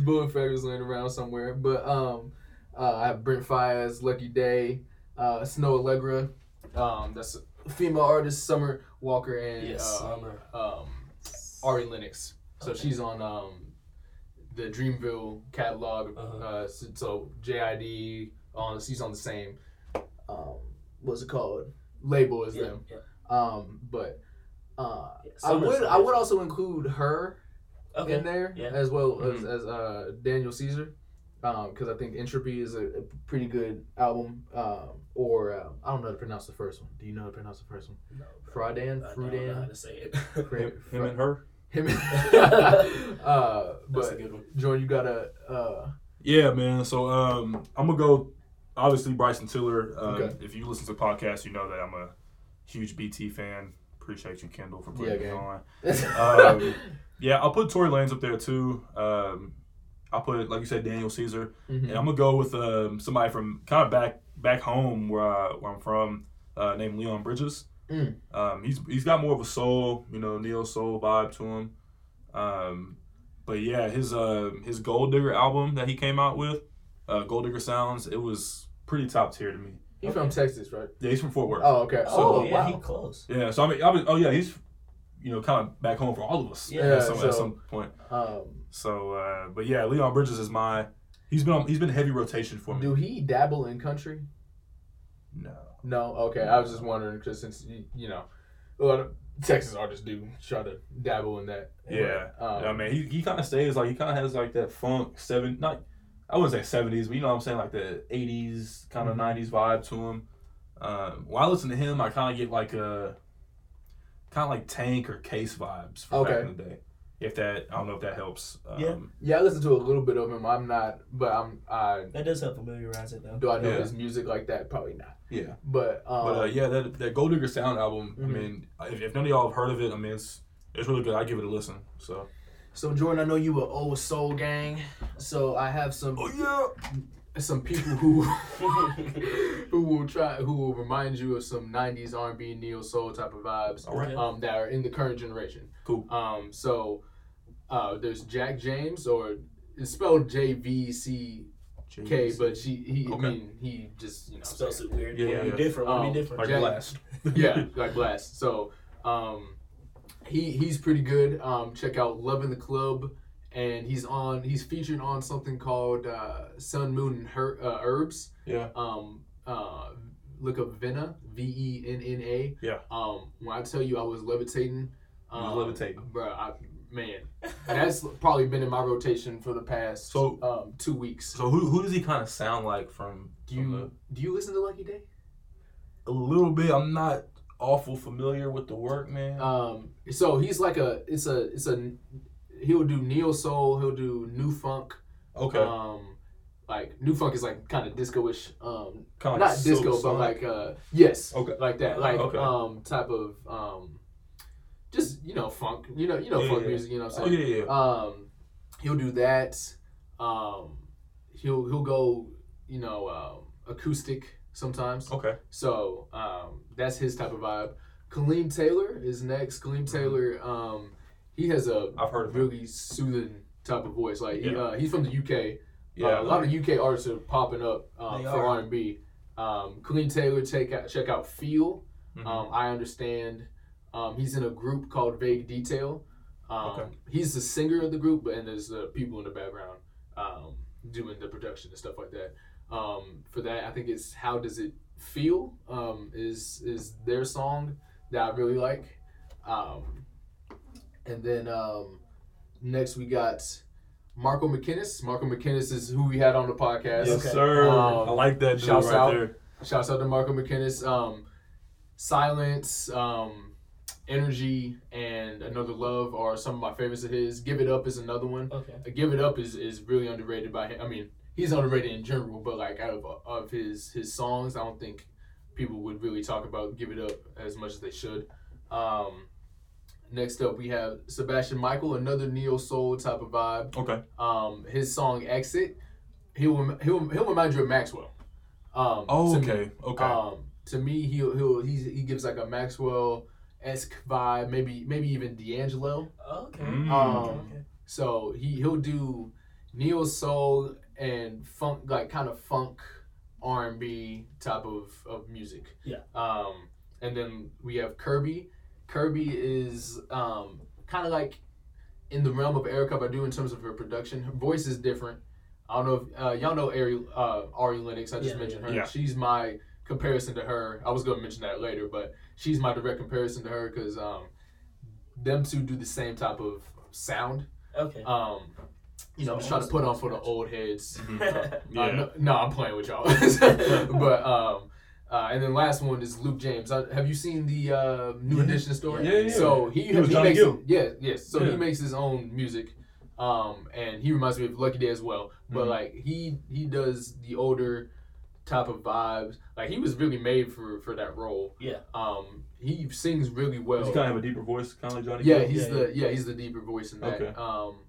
[SPEAKER 2] Boy Fabulous laying around somewhere. But um, uh, I have Brent Fires, Lucky Day, uh, Snow Allegra. Um, that's a female artist, Summer Walker, and
[SPEAKER 3] Yes,
[SPEAKER 2] uh,
[SPEAKER 3] Summer.
[SPEAKER 2] um, Ari Lennox. So
[SPEAKER 3] Okay.
[SPEAKER 2] she's on um, the Dreamville catalog. uh
[SPEAKER 3] Uh-huh.
[SPEAKER 2] so, so JID on she's on the same. Um, what's it called? Label is
[SPEAKER 3] Yeah,
[SPEAKER 2] them.
[SPEAKER 3] yeah.
[SPEAKER 2] Um, but uh,
[SPEAKER 3] Yeah,
[SPEAKER 2] I
[SPEAKER 3] Summer's
[SPEAKER 2] would
[SPEAKER 3] the
[SPEAKER 2] I would
[SPEAKER 3] best.
[SPEAKER 2] also include her
[SPEAKER 3] Okay.
[SPEAKER 2] in there
[SPEAKER 3] yeah. Mm-hmm.
[SPEAKER 2] as well as,
[SPEAKER 1] Mhm.
[SPEAKER 2] as uh, Daniel Caesar because I think Entropy is a, a pretty good album um, or uh, I don't know how to pronounce the first one. Do you know how to pronounce the first one?
[SPEAKER 3] No, I
[SPEAKER 2] Fraudan,
[SPEAKER 3] don't know how
[SPEAKER 2] Frudan,
[SPEAKER 3] to say it.
[SPEAKER 1] him, him and her.
[SPEAKER 2] him.
[SPEAKER 3] That's
[SPEAKER 2] uh,
[SPEAKER 3] That's a
[SPEAKER 2] but
[SPEAKER 3] good one.
[SPEAKER 2] Jordan, you gotta uh,
[SPEAKER 1] Yeah, man. So um, I'm gonna go. Obviously, Bryson Tiller. Um,
[SPEAKER 2] Okay.
[SPEAKER 1] If you listen to podcasts, you know that I'm a huge BT fan. Appreciate you, Kendall, for
[SPEAKER 2] Yeah,
[SPEAKER 1] putting me
[SPEAKER 2] gang.
[SPEAKER 1] on. Um, yeah, I'll put Tory Lanez up there too. Um, I'll put like you said, Daniel Caesar,
[SPEAKER 2] Mhm.
[SPEAKER 1] and
[SPEAKER 3] Mm-hmm.
[SPEAKER 1] I'm gonna go with um, somebody from kind of back back home where, I, where I'm from, uh, named Leon Bridges.
[SPEAKER 2] Mm.
[SPEAKER 1] Um, he's he's got more of a soul, you know, neo soul vibe to him. Um, but yeah, his uh, his Gold Digger album that he came out with, uh, Gold Digger Sounds, it was pretty top tier to me.
[SPEAKER 2] you from Texas, right?
[SPEAKER 1] Yeah, he's from Fort Worth.
[SPEAKER 2] Oh, okay.
[SPEAKER 3] oh,
[SPEAKER 2] oh,
[SPEAKER 3] yeah,
[SPEAKER 2] wow.
[SPEAKER 3] he close.
[SPEAKER 1] Yeah, so I mean, I mean, oh yeah, he's you know kind of back home for all of us.
[SPEAKER 3] Yeah,
[SPEAKER 1] at some,
[SPEAKER 2] so-
[SPEAKER 1] at some point.
[SPEAKER 2] Um,
[SPEAKER 1] So, uh, but yeah, Leon Bridges is my. He's been on, he's been heavy rotation for me.
[SPEAKER 2] Um, do he dabble in country?
[SPEAKER 1] No,
[SPEAKER 2] No, okay. I was just wondering because since you, you know, a lot of Texas artists do try to dabble in that.
[SPEAKER 1] Yeah.
[SPEAKER 2] um,
[SPEAKER 1] I mean he, he kind of stays like he kind of has like that funk seven not I wouldn't say seventies but you know what I'm saying like the eighties kind of
[SPEAKER 2] Mhm.
[SPEAKER 1] nineties vibe to him. Um, when I listen to him, I kind of get like a kind of like Tank or Case vibes from back
[SPEAKER 2] Okay.
[SPEAKER 1] in the day. If that I don't know if that helps. Um,
[SPEAKER 3] Yeah.
[SPEAKER 2] yeah, I listen to a little bit of him. I'm not, but I'm. I
[SPEAKER 3] That does help familiarize it though.
[SPEAKER 2] do I know
[SPEAKER 1] Yeah.
[SPEAKER 2] his music like that? Probably not.
[SPEAKER 1] yeah.
[SPEAKER 2] But um,
[SPEAKER 1] But uh, yeah, that that Gold Digger Sound album. I
[SPEAKER 2] Mhm.
[SPEAKER 1] mean, if, if none of y'all have heard of it, I mean it's it's really good. I give it a listen. So.
[SPEAKER 2] so Jordan, I know you were old soul gang, so I have some
[SPEAKER 1] Oh, yeah.
[SPEAKER 2] some people who who will try who will remind you of some '90s R&B neo soul type of vibes.
[SPEAKER 1] All right.
[SPEAKER 3] Yeah.
[SPEAKER 2] um, that are in the current generation.
[SPEAKER 1] Cool.
[SPEAKER 2] Um, so uh, there's Jack James, or it's spelled J V C K, but she he
[SPEAKER 1] Okay.
[SPEAKER 2] I mean he just you know
[SPEAKER 3] Spells it weird.
[SPEAKER 1] Yeah,
[SPEAKER 3] Yeah,
[SPEAKER 1] yeah.
[SPEAKER 3] different. Wanna
[SPEAKER 2] Um,
[SPEAKER 3] be different.
[SPEAKER 1] like
[SPEAKER 2] Jack-
[SPEAKER 1] last.
[SPEAKER 2] yeah like blast. So um, he he's pretty good. Um, check out Loving the Club, and he's on he's featured on something called uh, Sun Moon and Her- uh, Herbs.
[SPEAKER 1] Yeah.
[SPEAKER 2] um uh look up Venna V E N N A.
[SPEAKER 1] Yeah.
[SPEAKER 2] Um when I tell you I was levitating
[SPEAKER 1] You was
[SPEAKER 2] um,
[SPEAKER 1] levitating.
[SPEAKER 2] Bruh, I man. That's probably been in my rotation for the past
[SPEAKER 1] So-
[SPEAKER 2] um two weeks.
[SPEAKER 1] So who who does he kind of sound like from?
[SPEAKER 2] Do
[SPEAKER 1] from
[SPEAKER 2] you do you listen to Lucky Day?
[SPEAKER 1] the- a little bit. I'm not awful familiar with the work, man.
[SPEAKER 2] Um so he's like a it's a it's a he'll do neo soul, he'll do new funk.
[SPEAKER 1] okay,
[SPEAKER 2] Um like new funk is like kind of disco-ish um
[SPEAKER 1] kind
[SPEAKER 2] not disco, but like uh, yes,
[SPEAKER 1] Okay.
[SPEAKER 2] like that, like
[SPEAKER 1] Okay.
[SPEAKER 2] um type of um, just you know funk, you know you know
[SPEAKER 1] Yeah,
[SPEAKER 2] funk
[SPEAKER 1] yeah, yeah.
[SPEAKER 2] music, you know what I'm
[SPEAKER 1] oh
[SPEAKER 2] saying?
[SPEAKER 1] yeah, yeah, yeah.
[SPEAKER 2] Um, he'll do that. Um, he'll he'll go you know um, acoustic sometimes.
[SPEAKER 1] okay.
[SPEAKER 2] So um, that's his type of vibe. Kaleem Taylor is next. Kaleem Taylor, um, he has a
[SPEAKER 1] Mm-hmm. I've heard of him.
[SPEAKER 2] really soothing type of voice. Like he,
[SPEAKER 1] Yeah.
[SPEAKER 2] uh, he's from the UK.
[SPEAKER 1] Yeah,
[SPEAKER 2] Uh, a lot of UK artists are popping up um,
[SPEAKER 3] They
[SPEAKER 2] for
[SPEAKER 3] are.
[SPEAKER 2] R and B. Um, Clean Taylor, check out check out Feel.
[SPEAKER 3] Mm-hmm.
[SPEAKER 1] Mhm.
[SPEAKER 2] Um, I understand. Um, he's in a group called Vague Detail. Um,
[SPEAKER 1] Okay.
[SPEAKER 2] He's the singer of the group, but- and there's uh, people in the background um, doing the production and stuff like that. Um, for that, I think it's "How Does It Feel" um, is is their song that I really like. Um, and then um, next we got Marco McKinnis. Marco McKinnis is who we had on the podcast.
[SPEAKER 1] yes,
[SPEAKER 3] okay.
[SPEAKER 1] sir.
[SPEAKER 2] Um,
[SPEAKER 1] I like that dude
[SPEAKER 2] shouts
[SPEAKER 1] right
[SPEAKER 2] out.
[SPEAKER 1] there.
[SPEAKER 2] Shouts out to Marco McKinnis. Um, Silence, um, Energy, and Another Love are some of my favorites of his. Give It Up is another one.
[SPEAKER 3] Okay.
[SPEAKER 2] Give It Up is, is really underrated by him. I mean, he's underrated in general, but like out of, of his, his songs, I don't think people would really talk about Give It Up as much as they should. Um, next up, we have Sebastian Michael, another neo soul type of vibe
[SPEAKER 1] Okay,
[SPEAKER 2] um, his song "Exit," he'll rem- he'll he'll remind you of Maxwell. Um,
[SPEAKER 1] oh,
[SPEAKER 2] to me.
[SPEAKER 1] okay, okay.
[SPEAKER 2] uh, Um, to me, he'll he'll he's, he gives like a Maxwell esque vibe, maybe maybe even D'Angelo.
[SPEAKER 3] Okay.
[SPEAKER 1] Mm.
[SPEAKER 2] Um,
[SPEAKER 3] Okay.
[SPEAKER 2] So he he'll do neo soul and funk, like kind of funk R and B type of of music.
[SPEAKER 3] Yeah.
[SPEAKER 2] Um, and then we have Kirby. Kirby is um kind of like in the realm of Erica Badu in terms of her production. Her voice is different. I don't know if uh, y'all know Ari uh, Ari Lennox. I just
[SPEAKER 3] Yeah,
[SPEAKER 2] mentioned
[SPEAKER 1] yeah.
[SPEAKER 2] her.
[SPEAKER 1] Yeah.
[SPEAKER 2] She's my comparison to her. I was gonna mention that later, but she's my direct comparison to her because um, them two do the same type of sound
[SPEAKER 3] Okay.
[SPEAKER 2] um, you know, I'm just trying to put on for the old heads.
[SPEAKER 3] Mm-hmm.
[SPEAKER 1] Yeah.
[SPEAKER 2] Uh, no, no, I'm playing with y'all. but um, uh, and then last one is Luke James. Uh, have you seen the uh, New
[SPEAKER 1] Yeah.
[SPEAKER 2] Edition story?
[SPEAKER 1] Yeah, yeah,
[SPEAKER 2] So he,
[SPEAKER 1] He was Johnny
[SPEAKER 2] makes
[SPEAKER 1] Gill.
[SPEAKER 2] yeah, yes. So
[SPEAKER 1] Yeah.
[SPEAKER 2] he makes his own music. Um, and he reminds me of Lucky Day as well. But
[SPEAKER 1] Mhm.
[SPEAKER 2] like he he does the older type of vibes. Like he was really made for for that role.
[SPEAKER 3] Yeah.
[SPEAKER 2] Um, he sings really well.
[SPEAKER 1] He's kind of have a deeper voice, kind of like Johnny.
[SPEAKER 2] Yeah,
[SPEAKER 1] Gill.
[SPEAKER 2] he's
[SPEAKER 3] Yeah,
[SPEAKER 2] the yeah he's the deeper voice in that.
[SPEAKER 1] Okay.
[SPEAKER 2] Um,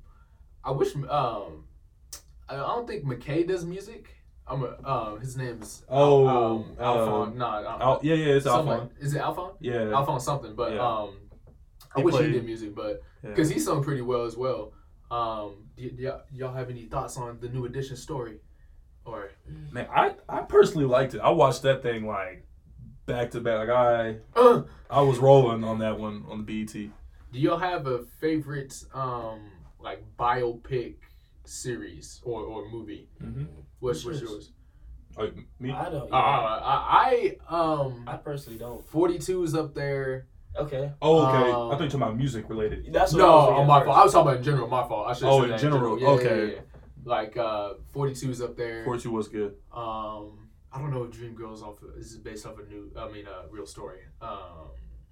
[SPEAKER 2] I wish um, I I don't think McKay does music. I'm a, um his name's
[SPEAKER 1] Oh,
[SPEAKER 2] um, Alphon.
[SPEAKER 1] um,
[SPEAKER 2] Nah, um,
[SPEAKER 1] Al- yeah, yeah, it's
[SPEAKER 2] something
[SPEAKER 1] Alphon.
[SPEAKER 2] like- is it Alphon?
[SPEAKER 1] yeah,
[SPEAKER 2] Alphon something, but
[SPEAKER 1] Yeah.
[SPEAKER 2] um, I
[SPEAKER 1] He
[SPEAKER 2] wish he
[SPEAKER 1] played-
[SPEAKER 2] did music, but
[SPEAKER 1] yeah.
[SPEAKER 2] because he sung pretty well as well. Um, do, y- do y'all, y'all have any thoughts on the new edition story? Or
[SPEAKER 1] man, I I personally liked it. I watched that thing like back to back. Like I
[SPEAKER 2] Uh,
[SPEAKER 1] I was rolling on that one on the E BET.
[SPEAKER 2] do y'all have a favorite um like biopic series or or movie?
[SPEAKER 1] Mm-hmm.
[SPEAKER 2] What's,
[SPEAKER 3] What's
[SPEAKER 2] what's
[SPEAKER 3] yours?
[SPEAKER 1] Like
[SPEAKER 2] yours?
[SPEAKER 1] me,
[SPEAKER 3] I don't.
[SPEAKER 2] Uh, I, I um
[SPEAKER 3] I personally don't.
[SPEAKER 2] 42 is up there.
[SPEAKER 3] Okay.
[SPEAKER 1] Oh, okay. I thought you
[SPEAKER 2] Um,
[SPEAKER 1] were talking about music related.
[SPEAKER 3] That's what I
[SPEAKER 2] no,
[SPEAKER 3] was thinking
[SPEAKER 2] on my
[SPEAKER 3] first.
[SPEAKER 2] fault. I was talking about in general. My fault. I should.
[SPEAKER 1] Oh,
[SPEAKER 2] said
[SPEAKER 1] in
[SPEAKER 2] that
[SPEAKER 1] general, okay.
[SPEAKER 2] Like uh, 42 is up there.
[SPEAKER 1] Fortune was good.
[SPEAKER 2] Um, I don't know if Dream Girls off of, is based off a new. I mean, a real story. Um,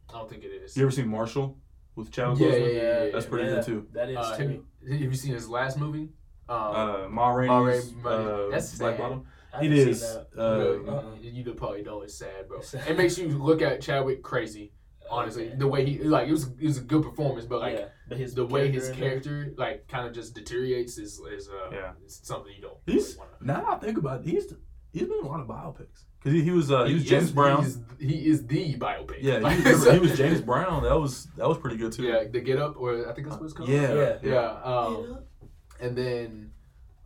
[SPEAKER 2] I don't think it is.
[SPEAKER 1] You ever seen Marshall with Chadwick
[SPEAKER 2] Yeah,
[SPEAKER 1] Boseman?
[SPEAKER 2] yeah, yeah, yeah.
[SPEAKER 1] That's pretty
[SPEAKER 3] yeah,
[SPEAKER 1] good too.
[SPEAKER 3] That is.
[SPEAKER 2] Uh, have,
[SPEAKER 3] too.
[SPEAKER 2] you, have you seen his last movie? Um,
[SPEAKER 1] Uh, Ma
[SPEAKER 2] Ma
[SPEAKER 1] Rainey's
[SPEAKER 2] Rainey,
[SPEAKER 1] uh,
[SPEAKER 2] that's
[SPEAKER 1] Black
[SPEAKER 2] sad.
[SPEAKER 1] Bottom.
[SPEAKER 3] I
[SPEAKER 1] It
[SPEAKER 3] haven't seen
[SPEAKER 1] is.
[SPEAKER 3] that.
[SPEAKER 1] Uh,
[SPEAKER 2] Really, Uh-huh.
[SPEAKER 3] uh-uh.
[SPEAKER 2] you, you probably know it's sad, bro.
[SPEAKER 3] It's sad.
[SPEAKER 2] It makes you look at Chadwick crazy. Honestly,
[SPEAKER 3] Okay.
[SPEAKER 2] the way he like it was it was a good performance, but like
[SPEAKER 3] yeah, but his
[SPEAKER 2] the way his
[SPEAKER 3] in it-
[SPEAKER 2] character like kind of just deteriorates is is uh
[SPEAKER 1] Yeah.
[SPEAKER 2] is something you don't
[SPEAKER 1] He's-
[SPEAKER 2] really wanna-
[SPEAKER 1] Now that I think about it, he's he's been in a lot of biopics because he, he was uh, he was
[SPEAKER 2] is-
[SPEAKER 1] James Brown.
[SPEAKER 2] He is, he is the biopic.
[SPEAKER 1] yeah,
[SPEAKER 2] Like,
[SPEAKER 1] he was,
[SPEAKER 2] so-
[SPEAKER 1] he was James Brown. That was that was pretty good too.
[SPEAKER 2] Yeah, the Get Up, or I think that's what it's called.
[SPEAKER 1] yeah,
[SPEAKER 3] Yeah.
[SPEAKER 2] yeah. Um, and then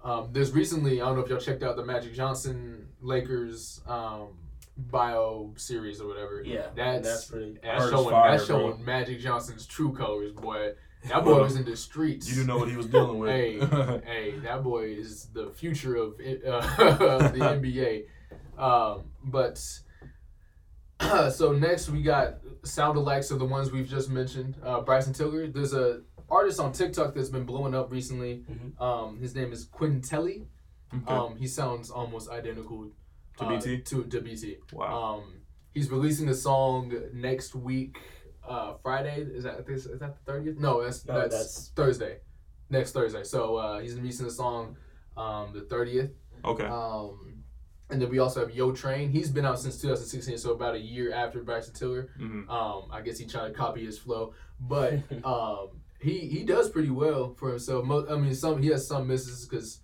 [SPEAKER 2] um, there's recently I don't know if y'all checked out the Magic Johnson Lakers um bio series or whatever.
[SPEAKER 3] Yeah,
[SPEAKER 2] that's
[SPEAKER 3] that's, that's pretty.
[SPEAKER 2] that's
[SPEAKER 1] Hard as
[SPEAKER 2] showing
[SPEAKER 1] fire,
[SPEAKER 2] that's
[SPEAKER 1] bro.
[SPEAKER 2] showing Magic Johnson's true colors, boy. That boy was in the streets.
[SPEAKER 1] You do know what he was dealing with.
[SPEAKER 2] Hey, hey, that boy is the future of it- uh, the NBA. Um, but so next we got sound alikes of the ones we've just mentioned. Uh, Bryson Tiller. There's a artist on TikTok that's been blowing up recently.
[SPEAKER 3] Mhm.
[SPEAKER 2] Um, his name is Quintelli.
[SPEAKER 1] Mm-hmm. Okay.
[SPEAKER 2] Um, he sounds almost identical
[SPEAKER 1] To
[SPEAKER 2] uh,
[SPEAKER 1] BT?
[SPEAKER 2] To, to BT.
[SPEAKER 1] wow.
[SPEAKER 2] Um, he's releasing a song next week, uh, Friday. Is that is that the thirtieth? No, that's
[SPEAKER 3] No,
[SPEAKER 2] that's,
[SPEAKER 3] that's-
[SPEAKER 2] Thursday, next Thursday. So uh, he's releasing a song, um, the thirtieth.
[SPEAKER 1] okay.
[SPEAKER 2] Um, and then we also have Yo Train. He's been out since 2016, so about a year after Braxton Tiller.
[SPEAKER 1] hmm
[SPEAKER 2] Um, I guess he tried to copy his flow, but um, he he does pretty well for himself. Mo- I mean, some he has some misses because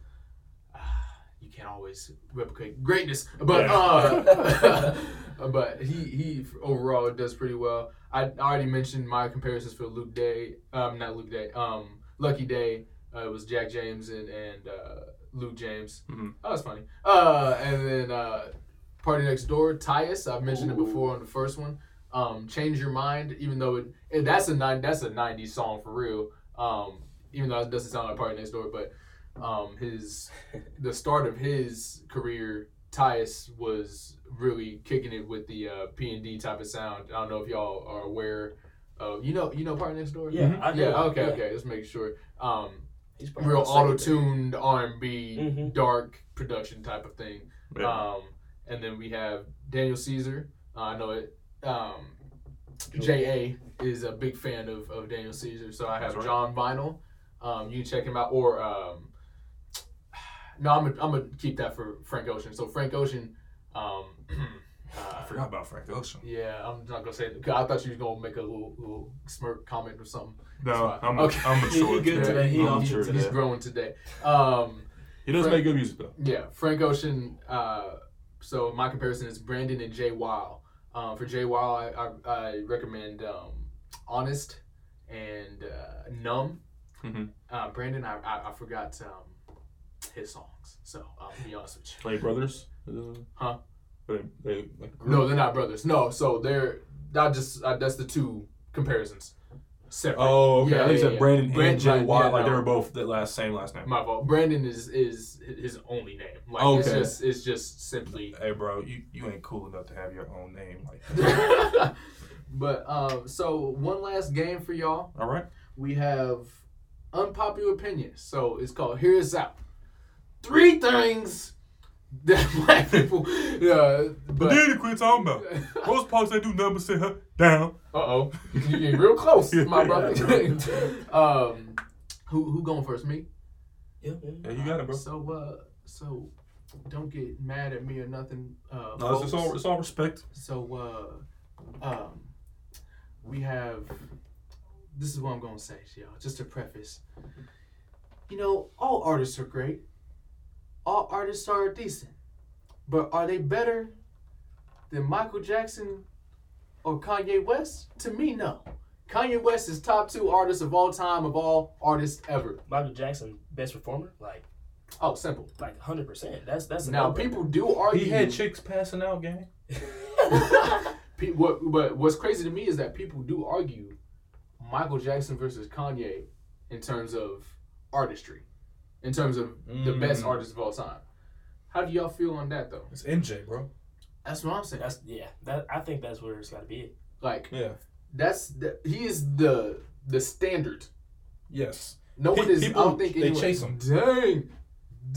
[SPEAKER 2] you can't always replicate greatness, but
[SPEAKER 1] Yeah.
[SPEAKER 2] uh, but he he overall does pretty well. I already mentioned my comparisons for Luke Day, um, not Luke Day, um, Lucky Day. Uh, it was Jack James and and uh, Luke James.
[SPEAKER 1] Mhm.
[SPEAKER 2] Oh, that's funny. Uh, and then uh, Party Next Door, Tyus. I've mentioned it before on the first one. Um, Change Your Mind, even though it, and that's a nine that's a '90s song for real. Um, even though it doesn't sound like Party Next Door, but um, his the start of his career, Tyus was really kicking it with the uh, P and D type of sound. I don't know if y'all are aware of you know you know Party Next Door.
[SPEAKER 3] yeah,
[SPEAKER 1] Mhm.
[SPEAKER 3] I do.
[SPEAKER 2] Yeah. Okay.
[SPEAKER 3] Yeah.
[SPEAKER 2] Okay. Let's make sure. Um,
[SPEAKER 3] He's probably
[SPEAKER 2] real
[SPEAKER 3] my second
[SPEAKER 2] auto tuned R and B,
[SPEAKER 3] Mhm.
[SPEAKER 2] dark production type of thing.
[SPEAKER 1] Yeah.
[SPEAKER 2] Um, and then we have Daniel Caesar. Uh, I know it. Um,
[SPEAKER 3] Sure.
[SPEAKER 2] JA is a big fan of, of Daniel Caesar, so I have
[SPEAKER 1] That's right.
[SPEAKER 2] John Vinyl. Um, you can check him out, or um, no, I'm gonna I'm gonna keep that for Frank Ocean. So Frank Ocean, um,
[SPEAKER 1] I
[SPEAKER 2] uh,
[SPEAKER 1] forgot about Frank Ocean.
[SPEAKER 2] yeah, I'm not gonna say. It, 'cause I thought you was gonna make a little, little smirk comment or something.
[SPEAKER 1] No,
[SPEAKER 2] That's fine.
[SPEAKER 1] I'm
[SPEAKER 2] Okay.
[SPEAKER 1] I'm mature.
[SPEAKER 3] He good
[SPEAKER 1] today.
[SPEAKER 3] today. He
[SPEAKER 1] I'm
[SPEAKER 3] on-
[SPEAKER 1] mature
[SPEAKER 2] He's
[SPEAKER 1] today.
[SPEAKER 2] growing today. Um,
[SPEAKER 1] He does
[SPEAKER 2] Frank-
[SPEAKER 1] make good music though.
[SPEAKER 2] Yeah, Frank Ocean. Uh, so my comparison is Brandon and Jay Weil. Um, for Jay Weil, I, I, I recommend um, Honest and uh, Numb.
[SPEAKER 5] Mhm.
[SPEAKER 2] Uh, Brandon, I, I, I forgot um, his songs, so I'll be honest with you.
[SPEAKER 5] Like brothers?
[SPEAKER 2] Huh?
[SPEAKER 5] They, they like a group?
[SPEAKER 2] No, they're not brothers. No, so they're I just I, that's the two comparisons. Separate.
[SPEAKER 5] Oh, okay.
[SPEAKER 2] Yeah,
[SPEAKER 5] I think you
[SPEAKER 2] yeah,
[SPEAKER 5] said
[SPEAKER 2] yeah.
[SPEAKER 5] Brandon
[SPEAKER 2] Brandon,
[SPEAKER 5] and Jay Watt.
[SPEAKER 2] yeah,
[SPEAKER 5] like they
[SPEAKER 2] no.
[SPEAKER 5] were both the last same last name.
[SPEAKER 2] My fault. Brandon is is his only name. Like it's
[SPEAKER 5] Okay.
[SPEAKER 2] just it's just simply.
[SPEAKER 5] Hey, bro, you, you ain't cool enough to have your own name like that.
[SPEAKER 2] but um, so one last game for y'all.
[SPEAKER 5] All right.
[SPEAKER 2] We have unpopular opinions. So it's called Hear Us Out. Three things that black people. Yeah, but
[SPEAKER 5] Then you quit talking about. Most parts they do nothing but sit her down.
[SPEAKER 2] Uh oh, you getting real close, my brother. um, who who going first? Me.
[SPEAKER 3] Yeah, yeah.
[SPEAKER 5] Yeah, you got it, bro.
[SPEAKER 2] So uh, so don't get mad at me or nothing. Uh,
[SPEAKER 5] No, it's, it's
[SPEAKER 2] folks.
[SPEAKER 5] all it's all respect.
[SPEAKER 2] So uh, um, we have. This is what I'm gonna say, to y'all. Just to preface, you know, all artists are great. All artists are decent, but are they better than Michael Jackson or Kanye West? To me, no. Kanye West is top two artist of all time of all artists ever.
[SPEAKER 3] Michael Jackson, best performer, like
[SPEAKER 2] Oh, simple.
[SPEAKER 3] like hundred percent. That's that's a
[SPEAKER 2] Now
[SPEAKER 3] no-brainer.
[SPEAKER 2] people do argue.
[SPEAKER 1] He had chicks passing out, gang.
[SPEAKER 2] Pe- what, but what's crazy to me is that people do argue Michael Jackson versus Kanye in terms of artistry, in terms of the best
[SPEAKER 1] Mm.
[SPEAKER 2] artist of all time. How do y'all feel on that though?
[SPEAKER 1] It's MJ, bro.
[SPEAKER 2] That's what I'm saying.
[SPEAKER 3] That's yeah. That I think that's where it's got to be.
[SPEAKER 2] like
[SPEAKER 1] Yeah.
[SPEAKER 2] that's the, he is the the standard.
[SPEAKER 1] Yes.
[SPEAKER 2] No
[SPEAKER 1] Pe-
[SPEAKER 2] one is. I
[SPEAKER 1] people,
[SPEAKER 2] don't think
[SPEAKER 1] they
[SPEAKER 2] anyone-
[SPEAKER 1] chase 'em.
[SPEAKER 2] Dang,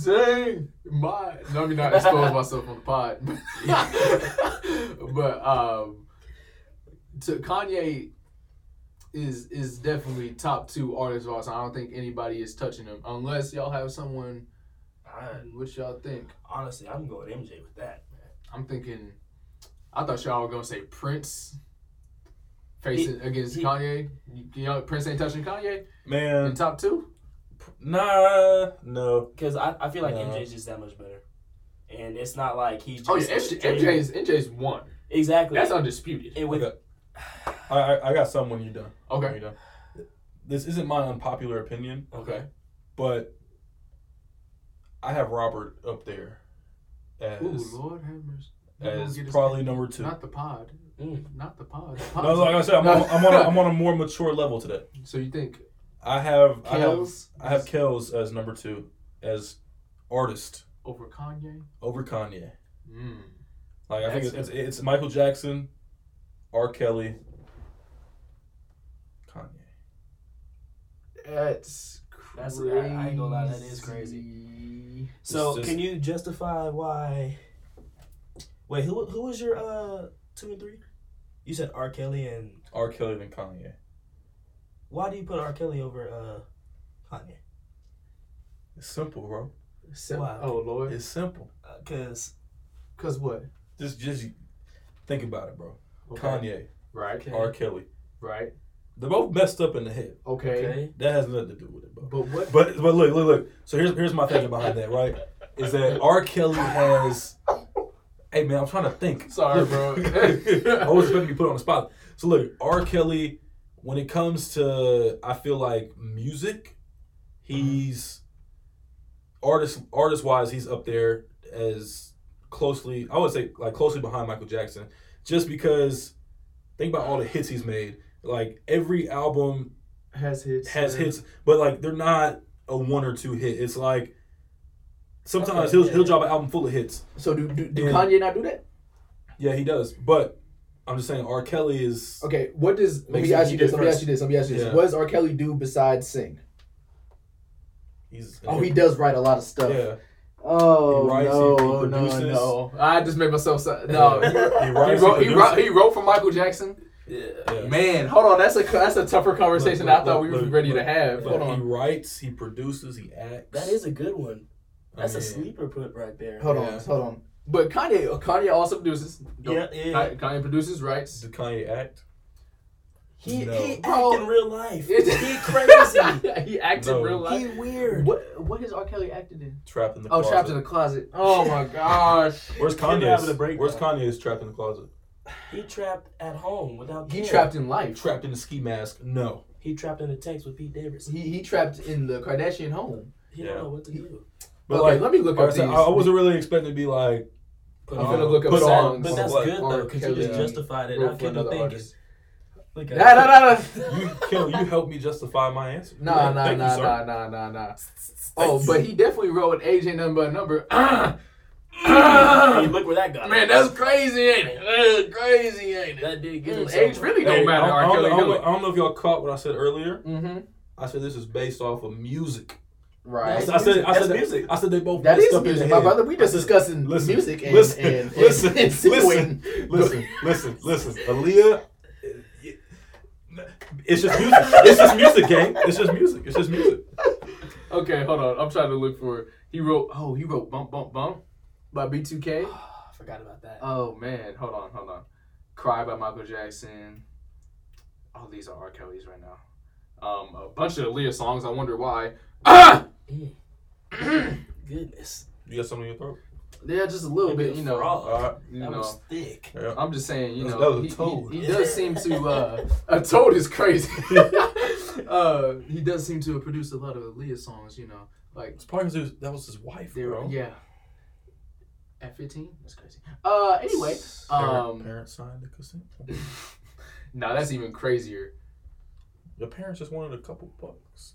[SPEAKER 2] dang, my. No, I mean not expose myself on the pod, but um, to Kanye is is definitely top two artists of all time. I don't think anybody is touching him unless y'all have someone.
[SPEAKER 3] I,
[SPEAKER 2] What y'all think?
[SPEAKER 3] honestly, I'm going MJ with that. man.
[SPEAKER 2] I'm thinking. I thought y'all were gonna say Prince. Facing against
[SPEAKER 3] he- Uh,
[SPEAKER 2] Kanye, you, you know, Prince ain't touching Kanye in
[SPEAKER 1] Man,
[SPEAKER 2] top two.
[SPEAKER 1] nah, no.
[SPEAKER 3] Because I, I feel like
[SPEAKER 1] No.
[SPEAKER 3] MJ's just that much better. And it's not like he's just.
[SPEAKER 2] Oh yeah, MJ, MJ's MJ's one.
[SPEAKER 3] Exactly.
[SPEAKER 2] That's undisputed.
[SPEAKER 3] and with,
[SPEAKER 1] Okay. I, I I got some when you're done. When
[SPEAKER 2] Okay.
[SPEAKER 1] you're done. This isn't my unpopular opinion,
[SPEAKER 2] Okay.
[SPEAKER 1] but I have Robert up there as
[SPEAKER 2] Ooh, Lord have mercy. Don't
[SPEAKER 1] as
[SPEAKER 2] get us-
[SPEAKER 1] probably number two.
[SPEAKER 2] not the pod.
[SPEAKER 3] Mm.
[SPEAKER 2] Not the pod.
[SPEAKER 1] No, like I said, I'm, on, I'm on a, I'm on a more mature level today.
[SPEAKER 2] So you think
[SPEAKER 1] I have I have
[SPEAKER 2] Kells
[SPEAKER 1] I have Kells as number two as artist
[SPEAKER 2] over Kanye?
[SPEAKER 1] over Kanye.
[SPEAKER 3] Hmm.
[SPEAKER 2] Mm.
[SPEAKER 1] Like I think it's,
[SPEAKER 3] That's-
[SPEAKER 1] it's it's Michael Jackson, R. Kelly, Kanye.
[SPEAKER 2] That's crazy.
[SPEAKER 3] That's- I- I ain't gonna lie, that is
[SPEAKER 2] crazy.
[SPEAKER 3] so
[SPEAKER 1] just-
[SPEAKER 3] can you justify why? Wait, who who was your uh two and three? You said R. Kelly, and
[SPEAKER 1] R. Kelly than Kanye.
[SPEAKER 3] why do you put R. Kelly over uh Kanye?
[SPEAKER 1] It's simple, bro.
[SPEAKER 3] Wow.
[SPEAKER 2] Oh Lord.
[SPEAKER 1] It's simple.
[SPEAKER 3] Uh, Because
[SPEAKER 2] Cause what?
[SPEAKER 1] Just just think about it, bro.
[SPEAKER 2] Okay.
[SPEAKER 1] Kanye,
[SPEAKER 2] Right.
[SPEAKER 3] okay,
[SPEAKER 1] R. Kelly.
[SPEAKER 2] Right.
[SPEAKER 1] They're both messed up in the head.
[SPEAKER 2] Okay.
[SPEAKER 3] okay,
[SPEAKER 1] That has nothing to do with it, bro.
[SPEAKER 2] But what?
[SPEAKER 1] But but look look look. So here's here's my thinking behind that, right? Is that R. Kelly has? Hey man, I'm trying to think.
[SPEAKER 2] Sorry,
[SPEAKER 1] Look.
[SPEAKER 2] bro.
[SPEAKER 1] I was expecting to be put on the spot. So look, R. Kelly, when it comes to I feel like music, he's artist artist wise, he's up there as closely I would say like closely behind Michael Jackson. Just because think about all the hits he's made. Like every album
[SPEAKER 2] has hits.
[SPEAKER 1] has
[SPEAKER 2] uh,
[SPEAKER 1] hits, but like they're not a one or two hit. It's like sometimes
[SPEAKER 3] Okay,
[SPEAKER 1] he'll
[SPEAKER 3] yeah,
[SPEAKER 1] he'll
[SPEAKER 3] yeah.
[SPEAKER 1] drop an album full of hits.
[SPEAKER 2] So do, do, do
[SPEAKER 1] Yeah.
[SPEAKER 2] Kanye not do that?
[SPEAKER 1] Yeah, he does. But I'm just saying, R. Kelly is
[SPEAKER 6] Okay, what does let
[SPEAKER 1] Makes
[SPEAKER 6] me
[SPEAKER 1] it
[SPEAKER 6] ask you
[SPEAKER 1] easier
[SPEAKER 6] this? Let me
[SPEAKER 1] for
[SPEAKER 6] ask you this. Let me ask you this.
[SPEAKER 1] Yeah.
[SPEAKER 6] What does R. Kelly do besides sing?
[SPEAKER 1] he's
[SPEAKER 6] Oh, he does write a lot of stuff.
[SPEAKER 1] yeah
[SPEAKER 6] Oh
[SPEAKER 1] He writes, he- he
[SPEAKER 6] no, no,
[SPEAKER 1] produces.
[SPEAKER 6] no.
[SPEAKER 2] Oh, I just made myself. si- No.
[SPEAKER 1] he
[SPEAKER 2] He
[SPEAKER 1] writes,
[SPEAKER 2] wrote,
[SPEAKER 1] he
[SPEAKER 2] he, wrote,
[SPEAKER 1] produces.
[SPEAKER 2] he wrote for Michael Jackson.
[SPEAKER 1] Yeah.
[SPEAKER 2] Man, hold on. That's a that's a tougher conversation
[SPEAKER 1] Look,
[SPEAKER 2] I
[SPEAKER 1] look,
[SPEAKER 2] thought we would be
[SPEAKER 1] look,
[SPEAKER 2] ready to
[SPEAKER 1] look,
[SPEAKER 2] have.
[SPEAKER 1] But
[SPEAKER 2] Hold
[SPEAKER 1] he
[SPEAKER 2] on.
[SPEAKER 1] writes, he produces, he acts.
[SPEAKER 3] that is a good one.
[SPEAKER 1] I
[SPEAKER 3] That's a
[SPEAKER 1] mean,
[SPEAKER 3] sleeper put right there.
[SPEAKER 6] Hold
[SPEAKER 1] Yeah.
[SPEAKER 6] on, hold on.
[SPEAKER 2] But Kanye, Kanye also produces.
[SPEAKER 3] Yeah, yeah.
[SPEAKER 2] Kanye, Kanye produces, writes.
[SPEAKER 1] Did Kanye act?
[SPEAKER 3] He
[SPEAKER 1] No.
[SPEAKER 3] he act
[SPEAKER 2] Bro.
[SPEAKER 3] in real life.
[SPEAKER 2] It-
[SPEAKER 3] he crazy.
[SPEAKER 2] he acts in
[SPEAKER 1] No.
[SPEAKER 2] real
[SPEAKER 3] he
[SPEAKER 2] life.
[SPEAKER 3] weird.
[SPEAKER 2] What what has R. Kelly acted in?
[SPEAKER 1] Trapped in the
[SPEAKER 6] Oh,
[SPEAKER 1] closet.
[SPEAKER 6] trapped in the closet.
[SPEAKER 2] Oh my gosh.
[SPEAKER 1] Where's
[SPEAKER 3] Kid having a
[SPEAKER 1] Kanye's?
[SPEAKER 3] breakdown.
[SPEAKER 1] Where's Kanye's trapped in the closet?
[SPEAKER 3] He trapped at home without.
[SPEAKER 2] He
[SPEAKER 3] care.
[SPEAKER 2] trapped in life.
[SPEAKER 1] Trapped in a ski mask? No.
[SPEAKER 3] He trapped in a text with Pete Davidson.
[SPEAKER 2] He he trapped in the Kardashian home.
[SPEAKER 3] He
[SPEAKER 1] Yeah.
[SPEAKER 3] don't know what to do.
[SPEAKER 1] But
[SPEAKER 2] okay,
[SPEAKER 1] like,
[SPEAKER 2] let me look
[SPEAKER 1] like I,
[SPEAKER 2] up
[SPEAKER 1] said,
[SPEAKER 2] these.
[SPEAKER 1] I wasn't really expecting to be like.
[SPEAKER 3] Put
[SPEAKER 2] I'm
[SPEAKER 1] uh,
[SPEAKER 2] gonna look up
[SPEAKER 1] put
[SPEAKER 2] songs.
[SPEAKER 3] But
[SPEAKER 1] On,
[SPEAKER 3] that's
[SPEAKER 1] what-
[SPEAKER 3] good
[SPEAKER 2] or
[SPEAKER 3] though, because you just
[SPEAKER 1] Kelly,
[SPEAKER 3] justified it.
[SPEAKER 2] wrote
[SPEAKER 3] I
[SPEAKER 2] for
[SPEAKER 3] couldn't
[SPEAKER 2] another
[SPEAKER 3] think
[SPEAKER 2] artist.
[SPEAKER 3] it. Look
[SPEAKER 2] Nah, nah,
[SPEAKER 3] at
[SPEAKER 2] nah, nah.
[SPEAKER 1] You, Kim, you helped me justify my answer.
[SPEAKER 2] Nah, nah,
[SPEAKER 1] Thank you,
[SPEAKER 2] nah,
[SPEAKER 1] sir.
[SPEAKER 2] nah, nah, nah, nah. Oh, but he definitely wrote AJ number a number. Man,
[SPEAKER 3] look where that got. him.
[SPEAKER 2] that's crazy, ain't it? That's crazy, ain't it?
[SPEAKER 3] that did get Oh, him
[SPEAKER 2] Mm, Age
[SPEAKER 3] somewhere.
[SPEAKER 2] really don't
[SPEAKER 1] Hey,
[SPEAKER 2] matter.
[SPEAKER 1] I, I
[SPEAKER 2] R.
[SPEAKER 1] don't,
[SPEAKER 2] Kelly
[SPEAKER 1] I, don't,
[SPEAKER 2] do
[SPEAKER 1] know-
[SPEAKER 2] it.
[SPEAKER 1] I don't know if y'all caught what I said earlier.
[SPEAKER 2] Mm-hmm.
[SPEAKER 1] I said this is based off of music. I,
[SPEAKER 6] Right.
[SPEAKER 1] said- I said, I
[SPEAKER 3] That's
[SPEAKER 1] said, that-
[SPEAKER 3] music.
[SPEAKER 1] I said they both.
[SPEAKER 6] That
[SPEAKER 1] messed
[SPEAKER 6] is
[SPEAKER 1] up in
[SPEAKER 6] music,
[SPEAKER 1] the
[SPEAKER 6] my
[SPEAKER 1] head.
[SPEAKER 6] brother. We just
[SPEAKER 1] I said,
[SPEAKER 6] discussing
[SPEAKER 1] listen,
[SPEAKER 6] music and
[SPEAKER 1] listen,
[SPEAKER 6] and, and,
[SPEAKER 1] listen,
[SPEAKER 6] and situating.
[SPEAKER 1] Listen, listen, listen. Aaliyah. It's just music. It's just music, gang. It's just music. It's just music.
[SPEAKER 2] Okay, hold on. I'm trying to look for. He wrote. Oh, he wrote "Bump Bump Bump" by B2K.
[SPEAKER 3] I forgot about that.
[SPEAKER 2] Oh man, hold on, hold on. "Cry" by Michael Jackson. All these are R. Kelly's right now. Um, a bunch of Aaliyah songs. I wonder why. Ah,
[SPEAKER 3] Goodness,
[SPEAKER 1] You got something in your throat?
[SPEAKER 2] yeah, just a little
[SPEAKER 3] Maybe
[SPEAKER 2] bit,
[SPEAKER 3] a
[SPEAKER 2] you know.
[SPEAKER 3] frog.
[SPEAKER 1] All right.
[SPEAKER 2] You
[SPEAKER 3] that
[SPEAKER 2] know,
[SPEAKER 3] was thick.
[SPEAKER 1] Yeah.
[SPEAKER 2] I'm just saying, you
[SPEAKER 1] That was-
[SPEAKER 2] know,
[SPEAKER 1] that was a toad.
[SPEAKER 2] He, he, he does seem to. Uh, a toad is crazy. uh, he does seem to produce a lot of Aaliyah songs. You know, like
[SPEAKER 1] It's probably 'cause it was- that was his wife,
[SPEAKER 2] They were,
[SPEAKER 1] bro.
[SPEAKER 2] yeah. At 15? That's crazy. Uh, anyway.
[SPEAKER 1] Parent-
[SPEAKER 2] Um,
[SPEAKER 1] parents signed the consent. form.
[SPEAKER 2] no, that's even crazier.
[SPEAKER 1] The parents just wanted a couple bucks.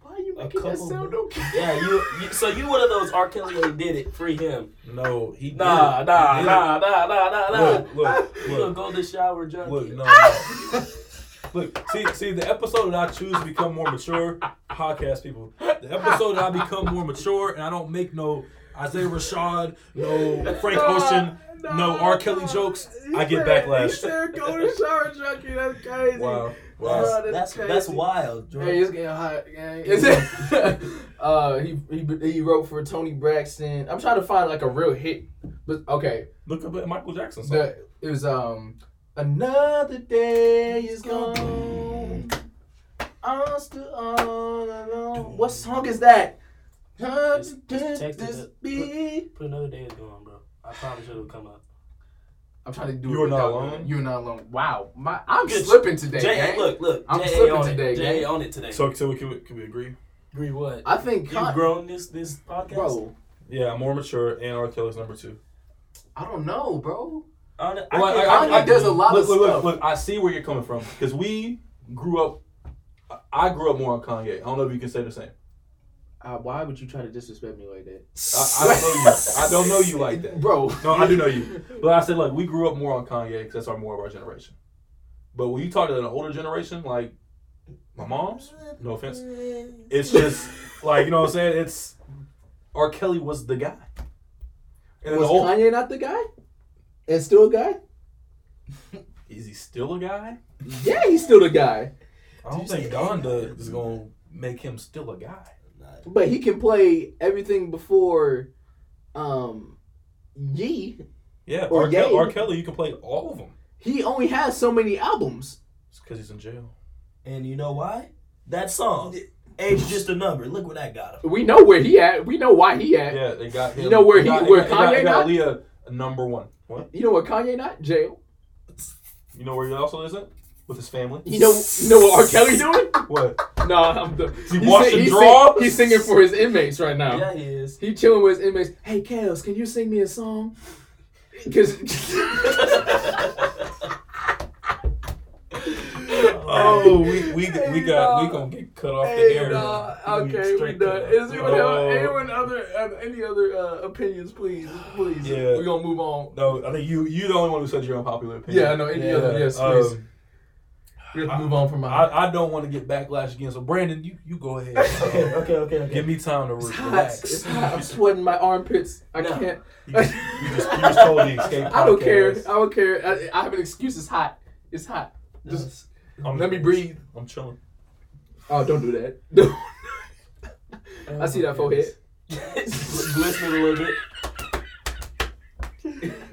[SPEAKER 2] Why are you
[SPEAKER 3] A
[SPEAKER 2] making that
[SPEAKER 3] couple
[SPEAKER 2] sound
[SPEAKER 3] more.
[SPEAKER 2] okay?
[SPEAKER 3] Yeah, you, you. So you one of those R. Kelly who did it. Free him.
[SPEAKER 1] No, he
[SPEAKER 3] Nah,
[SPEAKER 1] did.
[SPEAKER 3] nah,
[SPEAKER 1] He did.
[SPEAKER 3] nah, nah, nah, nah, nah.
[SPEAKER 1] Look, look,
[SPEAKER 3] you
[SPEAKER 1] look.
[SPEAKER 3] a golden shower junkie.
[SPEAKER 1] Look, no, no. Look, see, see, the episode that I choose to become more mature, podcast people. The episode that I become more mature and I don't make no Isaiah Rashad, no Frank Ocean, no, R. Kelly jokes, I get backlash.
[SPEAKER 2] golden shower junkie. That's crazy.
[SPEAKER 1] Wow.
[SPEAKER 2] Wow.
[SPEAKER 1] Wow.
[SPEAKER 2] that's
[SPEAKER 3] that's that's
[SPEAKER 2] crazy.
[SPEAKER 3] wild,
[SPEAKER 2] Hey,
[SPEAKER 3] Jordan.
[SPEAKER 2] it's getting hot, gang. Is it? uh, he, he he wrote for Tony Braxton. I'm trying to find like a real hit, but okay.
[SPEAKER 1] Look up at Michael Jackson song.
[SPEAKER 2] The, it was um another day is gone. I'm still all alone. What song is that? How
[SPEAKER 3] Just-
[SPEAKER 2] could
[SPEAKER 3] just text it
[SPEAKER 2] this
[SPEAKER 3] up.
[SPEAKER 2] be?
[SPEAKER 3] Put another day is gone, bro. I probably should have come up.
[SPEAKER 2] I'm trying to do.
[SPEAKER 1] You Are
[SPEAKER 2] it
[SPEAKER 1] Not
[SPEAKER 2] without-
[SPEAKER 1] Alone?
[SPEAKER 2] You're not alone. Wow, my I'm
[SPEAKER 3] Good.
[SPEAKER 2] slipping today.
[SPEAKER 3] J
[SPEAKER 2] gang.
[SPEAKER 3] A, look, look.
[SPEAKER 2] I'm
[SPEAKER 3] J A
[SPEAKER 2] slipping
[SPEAKER 3] on
[SPEAKER 2] today,
[SPEAKER 3] It. J A
[SPEAKER 2] gang.
[SPEAKER 3] on it today.
[SPEAKER 1] So, so we can, we- can we agree?
[SPEAKER 3] agree what?
[SPEAKER 2] I think
[SPEAKER 3] You've
[SPEAKER 2] Con-
[SPEAKER 3] grown this this podcast.
[SPEAKER 2] bro.
[SPEAKER 1] Yeah, more mature and R. Kelly's number two.
[SPEAKER 2] I don't know, bro.
[SPEAKER 3] I, don't-
[SPEAKER 1] Well,
[SPEAKER 3] can't-
[SPEAKER 1] I- I-
[SPEAKER 3] can't
[SPEAKER 1] I-
[SPEAKER 2] there's a lot
[SPEAKER 1] look,
[SPEAKER 2] of
[SPEAKER 1] look,
[SPEAKER 2] stuff.
[SPEAKER 1] Look, look, I see where you're coming from because we grew up. I- I grew up more on Kanye. I don't know if you can say the same.
[SPEAKER 2] Uh, why would you try to disrespect me like that,
[SPEAKER 1] I, I don't know you. I don't know you like that.
[SPEAKER 2] bro?
[SPEAKER 1] No, I do know you. But I said, like, we grew up more on Kanye because that's our more of our generation. But when you talk to an older generation, like my mom's, no offense, it's just like you know what I'm saying. It's R. Kelly was the guy. And then
[SPEAKER 6] Was
[SPEAKER 1] the old,
[SPEAKER 6] Kanye not the guy? And still a guy?
[SPEAKER 1] is he still a guy?
[SPEAKER 6] Yeah, he's still the guy.
[SPEAKER 1] I don't think Donda is gonna make him still a guy.
[SPEAKER 6] But he can play everything before um Yee.
[SPEAKER 1] Yeah,
[SPEAKER 6] Or
[SPEAKER 1] R. Kelly,
[SPEAKER 6] Ye.
[SPEAKER 1] R. Kelly, you can play all of them
[SPEAKER 6] He only has so many albums.
[SPEAKER 1] because he's in jail.
[SPEAKER 3] And you know why? That song, Age is Just a Number. Look where that got him.
[SPEAKER 2] We know where he at. We know why he at.
[SPEAKER 1] Yeah, they got him.
[SPEAKER 2] You know where
[SPEAKER 1] they
[SPEAKER 2] he-
[SPEAKER 1] got- they
[SPEAKER 2] where
[SPEAKER 1] got- they
[SPEAKER 2] Kanye
[SPEAKER 1] got,
[SPEAKER 6] not?
[SPEAKER 1] Leah number one. What?
[SPEAKER 6] You know what Kanye not? Jail.
[SPEAKER 1] You know where he also isn't with his family.
[SPEAKER 6] You know you know what R. Kelly doing?
[SPEAKER 1] What?
[SPEAKER 2] No, I'm the.
[SPEAKER 1] He
[SPEAKER 2] sing-
[SPEAKER 1] washed and
[SPEAKER 2] he sing-
[SPEAKER 1] draw?
[SPEAKER 2] he's singing for his inmates right now.
[SPEAKER 3] Yeah, he is.
[SPEAKER 2] He chilling with his inmates. Hey, Kels, can you sing me a song? Cause
[SPEAKER 1] Oh, we we we got we gonna get cut off the air. We
[SPEAKER 2] okay, we
[SPEAKER 1] straight
[SPEAKER 2] done.
[SPEAKER 1] cut.
[SPEAKER 2] Is anyone,
[SPEAKER 1] Oh,
[SPEAKER 2] else- anyone other uh, any other uh, opinions, please, please?
[SPEAKER 1] Yeah.
[SPEAKER 2] We're gonna move on.
[SPEAKER 1] No, I think you you the only one who said your unpopular opinion.
[SPEAKER 2] Yeah, I know. Any other? Yes,
[SPEAKER 1] Um,
[SPEAKER 2] please. we have to move on from my.
[SPEAKER 1] I, I don't want to get backlash again. So Brandon, you you go ahead.
[SPEAKER 3] Okay, okay, okay. okay.
[SPEAKER 1] Give me time to relax.
[SPEAKER 2] It's hot. I'm sweating my armpits. I
[SPEAKER 3] No.
[SPEAKER 2] can't.
[SPEAKER 1] You just, you just you just told the escape.
[SPEAKER 2] I don't
[SPEAKER 1] podcast.
[SPEAKER 2] care. I don't care. I, I have an excuse. It's hot. It's hot. Just
[SPEAKER 1] I'm-
[SPEAKER 2] let me breathe.
[SPEAKER 1] I'm chilling.
[SPEAKER 2] Oh, don't do that. Don't. I see that forehead.
[SPEAKER 3] Glisten a little bit.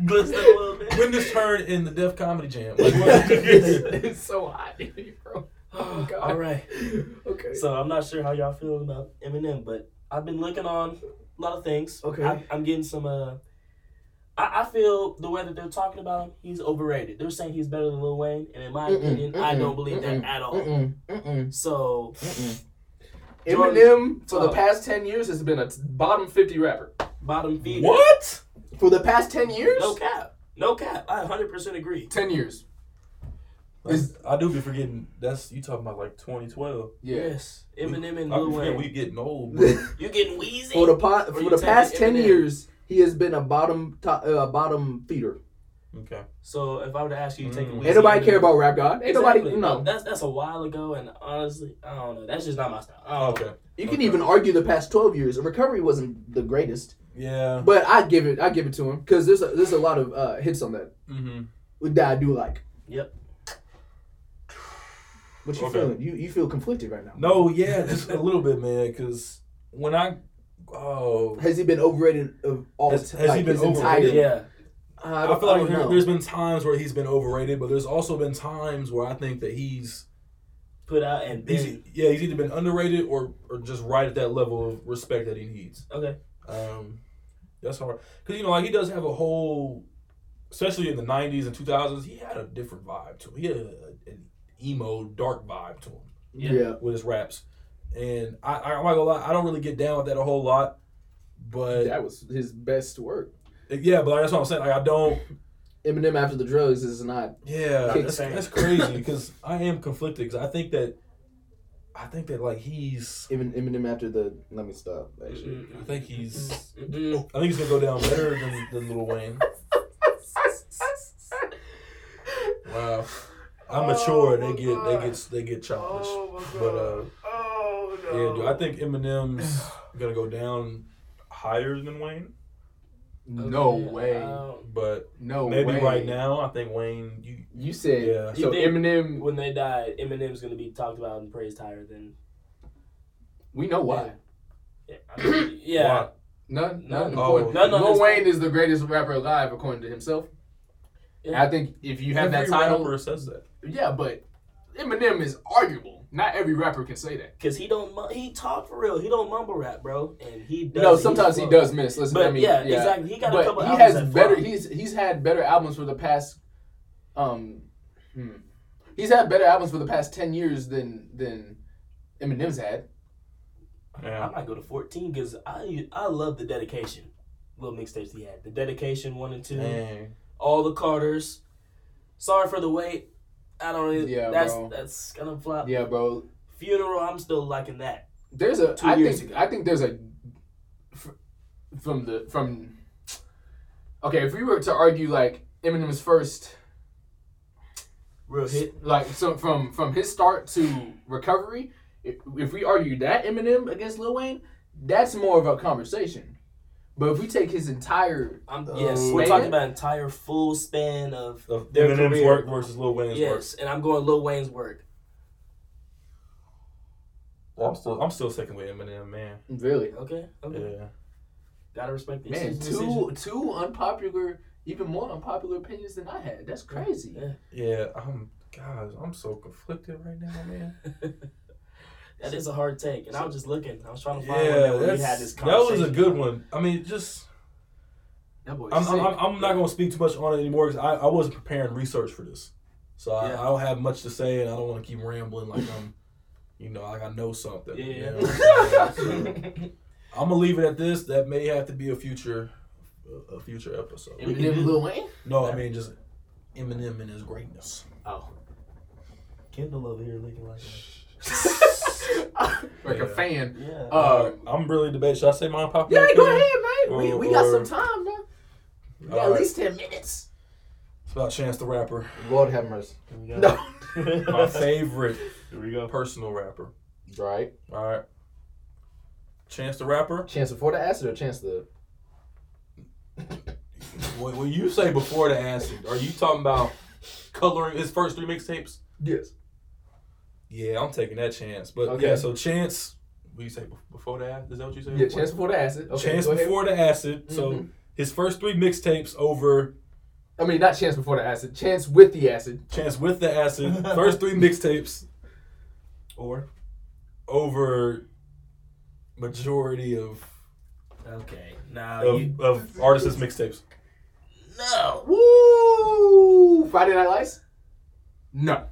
[SPEAKER 3] Glisten a little bit.
[SPEAKER 1] When this turn in the Def Comedy Jam.
[SPEAKER 2] it's, it's so hot in here, bro. Oh, God.
[SPEAKER 3] All right.
[SPEAKER 2] Okay.
[SPEAKER 3] So I'm not sure how y'all feeling about Eminem, but I've been looking on a lot of things.
[SPEAKER 2] Okay.
[SPEAKER 3] I, I'm getting some. Uh, I, I feel the way that they're talking about him, he's overrated. They're saying he's better than Lil Wayne, and in my
[SPEAKER 6] Mm-mm,
[SPEAKER 3] opinion, I
[SPEAKER 6] mm-mm,
[SPEAKER 3] don't believe that
[SPEAKER 6] mm-mm,
[SPEAKER 3] at all.
[SPEAKER 6] Mm-mm, mm-mm,
[SPEAKER 3] So
[SPEAKER 6] mm-mm.
[SPEAKER 2] Jordan-
[SPEAKER 6] Eminem uh,
[SPEAKER 2] For the past ten years, has been a t- bottom fifty rapper.
[SPEAKER 3] bottom feeder.
[SPEAKER 1] What?
[SPEAKER 6] for the past ten years.
[SPEAKER 3] No cap. No cap. I 100% agree.
[SPEAKER 2] Ten years. Is-
[SPEAKER 1] I do be forgetting. That's you talking about like 2012.
[SPEAKER 2] Yeah.
[SPEAKER 3] Yes. Eminem and
[SPEAKER 1] I be
[SPEAKER 3] Lil
[SPEAKER 1] forgetting we
[SPEAKER 3] Wayne.
[SPEAKER 1] getting old. Bro.
[SPEAKER 3] you getting wheezy?
[SPEAKER 6] For the po-
[SPEAKER 2] you
[SPEAKER 6] for the
[SPEAKER 2] taking
[SPEAKER 6] past ten
[SPEAKER 2] Eminem?
[SPEAKER 6] years, he has been a bottom top, uh, bottom feeder.
[SPEAKER 1] okay.
[SPEAKER 3] so if I were to ask you to take a
[SPEAKER 1] Mm.
[SPEAKER 3] wheezy,
[SPEAKER 6] Ain't nobody
[SPEAKER 3] Eminem-
[SPEAKER 6] care about rap god. Ain't
[SPEAKER 3] Exactly.
[SPEAKER 6] nobody. No,
[SPEAKER 3] That's that's a while ago, and honestly, I don't know. That's just not my style. I
[SPEAKER 1] Oh,
[SPEAKER 3] don't know.
[SPEAKER 1] okay.
[SPEAKER 6] you can
[SPEAKER 1] Okay.
[SPEAKER 6] even argue the past twelve years. Recovery wasn't the greatest,
[SPEAKER 1] Yeah.
[SPEAKER 6] but I give it. I give it to him because there's a, there's a lot of uh, hits on that
[SPEAKER 1] Mm-hmm.
[SPEAKER 6] that I do like.
[SPEAKER 3] Yep.
[SPEAKER 6] What you
[SPEAKER 1] Okay.
[SPEAKER 6] feeling? You you feel conflicted right now?
[SPEAKER 1] No, yeah, just a little bit, man. Because when I, oh,
[SPEAKER 6] Has he been overrated of all?
[SPEAKER 1] Has-
[SPEAKER 6] ti-
[SPEAKER 1] has he
[SPEAKER 6] like,
[SPEAKER 1] been
[SPEAKER 6] his
[SPEAKER 1] overrated?
[SPEAKER 6] Entire,
[SPEAKER 3] Yeah.
[SPEAKER 6] I,
[SPEAKER 1] I,
[SPEAKER 6] don't,
[SPEAKER 1] feel like there,
[SPEAKER 6] know.
[SPEAKER 1] there's been times where he's been overrated, but there's also been times where I think that he's,
[SPEAKER 3] Put out and
[SPEAKER 1] he's
[SPEAKER 3] then.
[SPEAKER 1] yeah, he's either been underrated or or just right at that level of respect that he needs.
[SPEAKER 3] Okay.
[SPEAKER 1] Um, that's hard because you know like he does have a whole, especially in the '90s and 2000s, he had a different vibe to him. He had a, an emo dark vibe to him.
[SPEAKER 6] yeah.
[SPEAKER 1] with his raps. And I, I, I'm not gonna lie, I don't really get down with that a whole lot. But
[SPEAKER 6] that was his best work.
[SPEAKER 1] yeah, but that's what I'm saying. Like I don't.
[SPEAKER 6] Eminem after the drugs is not.
[SPEAKER 1] Yeah,
[SPEAKER 6] Kick
[SPEAKER 1] that's,
[SPEAKER 3] sand.
[SPEAKER 1] that's crazy because I am conflicted because I think that, I think that like he's,
[SPEAKER 6] Even Eminem after the. Let me stop. Actually.
[SPEAKER 3] Mm-hmm.
[SPEAKER 1] I think he's,
[SPEAKER 3] Mm-mm.
[SPEAKER 1] I think he's gonna go down better than, than Lil Wayne. Wow. I'm mature. They get they get they get childish. but uh,
[SPEAKER 2] Oh
[SPEAKER 1] yeah, dude, I think Eminem's gonna go down higher than Wayne.
[SPEAKER 2] No
[SPEAKER 3] Okay,
[SPEAKER 2] way.
[SPEAKER 3] um,
[SPEAKER 1] But
[SPEAKER 2] no
[SPEAKER 1] maybe
[SPEAKER 2] way.
[SPEAKER 1] right now, I think Wayne. You
[SPEAKER 6] You said
[SPEAKER 1] Yeah.
[SPEAKER 6] so.
[SPEAKER 3] You think-
[SPEAKER 6] Eminem.
[SPEAKER 3] when they die, Eminem's gonna be talked about and praised higher than.
[SPEAKER 6] We know why.
[SPEAKER 3] Yeah. I mean, yeah.
[SPEAKER 2] None,
[SPEAKER 3] No.
[SPEAKER 2] none.
[SPEAKER 1] Oh.
[SPEAKER 2] important.
[SPEAKER 3] None of
[SPEAKER 2] Lil
[SPEAKER 3] this-
[SPEAKER 2] Wayne is the greatest rapper alive, according to himself.
[SPEAKER 3] Yeah.
[SPEAKER 2] I think if you have that
[SPEAKER 1] Every
[SPEAKER 2] title,
[SPEAKER 1] rapper says that.
[SPEAKER 2] yeah, but Eminem is arguable. Not every rapper can say that.
[SPEAKER 3] Cause he don't mu- he talk for real. He don't mumble rap, bro. And he does.
[SPEAKER 2] no, sometimes he
[SPEAKER 3] flow.
[SPEAKER 2] does miss. Listen,
[SPEAKER 3] But
[SPEAKER 2] I mean,
[SPEAKER 3] yeah, exactly. He got a couple.
[SPEAKER 2] But he
[SPEAKER 3] albums
[SPEAKER 2] has
[SPEAKER 3] that
[SPEAKER 2] better.
[SPEAKER 3] flop.
[SPEAKER 2] He's he's had better albums for the past, um, hmm. he's had better albums for the past ten years than than Eminem's had.
[SPEAKER 1] Yeah.
[SPEAKER 3] I might go to fourteen because I I love the dedication. Little mixtapes he had. The dedication one and two.
[SPEAKER 1] Dang.
[SPEAKER 3] All the Carters. Sorry for the wait. I don't. Really,
[SPEAKER 2] Yeah,
[SPEAKER 3] that's
[SPEAKER 2] bro.
[SPEAKER 3] that's gonna flop.
[SPEAKER 2] Yeah, bro.
[SPEAKER 3] Funeral. I'm still liking that.
[SPEAKER 2] There's a
[SPEAKER 3] Two
[SPEAKER 2] I
[SPEAKER 3] years
[SPEAKER 2] think
[SPEAKER 3] ago.
[SPEAKER 2] I think there's a fr- from the from okay if we were to argue like Eminem's first
[SPEAKER 3] Real hit.
[SPEAKER 2] like so from from his start to recovery if, if we argue that Eminem against Lil Wayne that's more of a conversation but if we take his entire
[SPEAKER 3] I'm,
[SPEAKER 2] Uh,
[SPEAKER 3] yes, we're
[SPEAKER 2] man.
[SPEAKER 3] talking about entire full span of
[SPEAKER 1] Of
[SPEAKER 3] their
[SPEAKER 1] Eminem's
[SPEAKER 3] career.
[SPEAKER 1] work versus Lil Wayne's
[SPEAKER 3] yes, and I'm going Lil Wayne's work.
[SPEAKER 1] work. I'm still I'm still sticking with Eminem, man.
[SPEAKER 6] Really.
[SPEAKER 3] Okay, okay,
[SPEAKER 1] Yeah.
[SPEAKER 3] gotta respect the
[SPEAKER 2] man
[SPEAKER 3] decision-
[SPEAKER 2] two
[SPEAKER 3] decision.
[SPEAKER 2] two unpopular even more unpopular opinions than I had that's crazy
[SPEAKER 3] Yeah.
[SPEAKER 1] Yeah. I'm guys, I'm so conflicted right now, man.
[SPEAKER 3] That is a hard take, and I was just looking. I was trying to find
[SPEAKER 1] yeah,
[SPEAKER 3] one that we
[SPEAKER 1] that's,
[SPEAKER 3] had this
[SPEAKER 1] that was
[SPEAKER 3] conversation.
[SPEAKER 1] a good one. I mean, just
[SPEAKER 2] that boy's
[SPEAKER 1] I'm
[SPEAKER 2] sick.
[SPEAKER 1] I'm, I'm, I'm not gonna speak too much on it anymore because I, I wasn't preparing research for this, so I,
[SPEAKER 3] Yeah.
[SPEAKER 1] I don't have much to say and I don't want to keep rambling like I'm, you know, like I know something. you
[SPEAKER 3] Yeah.
[SPEAKER 1] know what I'm saying? So, I'm gonna leave it at this. That may have to be a future, a future episode.
[SPEAKER 3] Yeah. we can do-
[SPEAKER 2] Eminem Lil Wayne
[SPEAKER 1] No, I mean just Eminem and his greatness.
[SPEAKER 2] oh
[SPEAKER 3] Kendall over here looking like that.
[SPEAKER 2] like a
[SPEAKER 1] Yeah.
[SPEAKER 2] fan
[SPEAKER 3] Yeah.
[SPEAKER 1] Uh,
[SPEAKER 2] Uh,
[SPEAKER 1] I'm really debating. Should I say mine, Pop?
[SPEAKER 6] Yeah, go ahead, man. We,
[SPEAKER 1] Or-
[SPEAKER 6] we got
[SPEAKER 1] or-
[SPEAKER 6] some time, man. We got
[SPEAKER 1] All
[SPEAKER 6] at
[SPEAKER 1] right.
[SPEAKER 6] least ten minutes.
[SPEAKER 1] It's about Chance the Rapper,
[SPEAKER 6] Lord have mercy.
[SPEAKER 3] Here we
[SPEAKER 6] No.
[SPEAKER 1] my favorite
[SPEAKER 3] Here we go.
[SPEAKER 1] personal rapper.
[SPEAKER 6] Right.
[SPEAKER 1] All right, Chance the Rapper.
[SPEAKER 6] Chance before the acid or chance the
[SPEAKER 1] When, when you say before the acid, are you talking about coloring his first three mixtapes?
[SPEAKER 6] Yes.
[SPEAKER 1] Yeah, I'm taking that chance. But
[SPEAKER 6] Okay.
[SPEAKER 1] yeah, so Chance. What do you say bef- before the acid? Is that what you say?
[SPEAKER 6] Yeah, chance before the acid. Okay,
[SPEAKER 1] Mm. Chance
[SPEAKER 6] go ahead. Mm-hmm.
[SPEAKER 1] before the acid. So his first three mixtapes over
[SPEAKER 6] I mean not chance before the acid. Chance with the acid.
[SPEAKER 1] Chance with the acid. First three mixtapes
[SPEAKER 3] Or
[SPEAKER 1] over majority of
[SPEAKER 3] okay. Now you
[SPEAKER 1] of, of artists' mixtapes.
[SPEAKER 3] No.
[SPEAKER 1] Oh.
[SPEAKER 2] Woo! Friday Night Lights? No.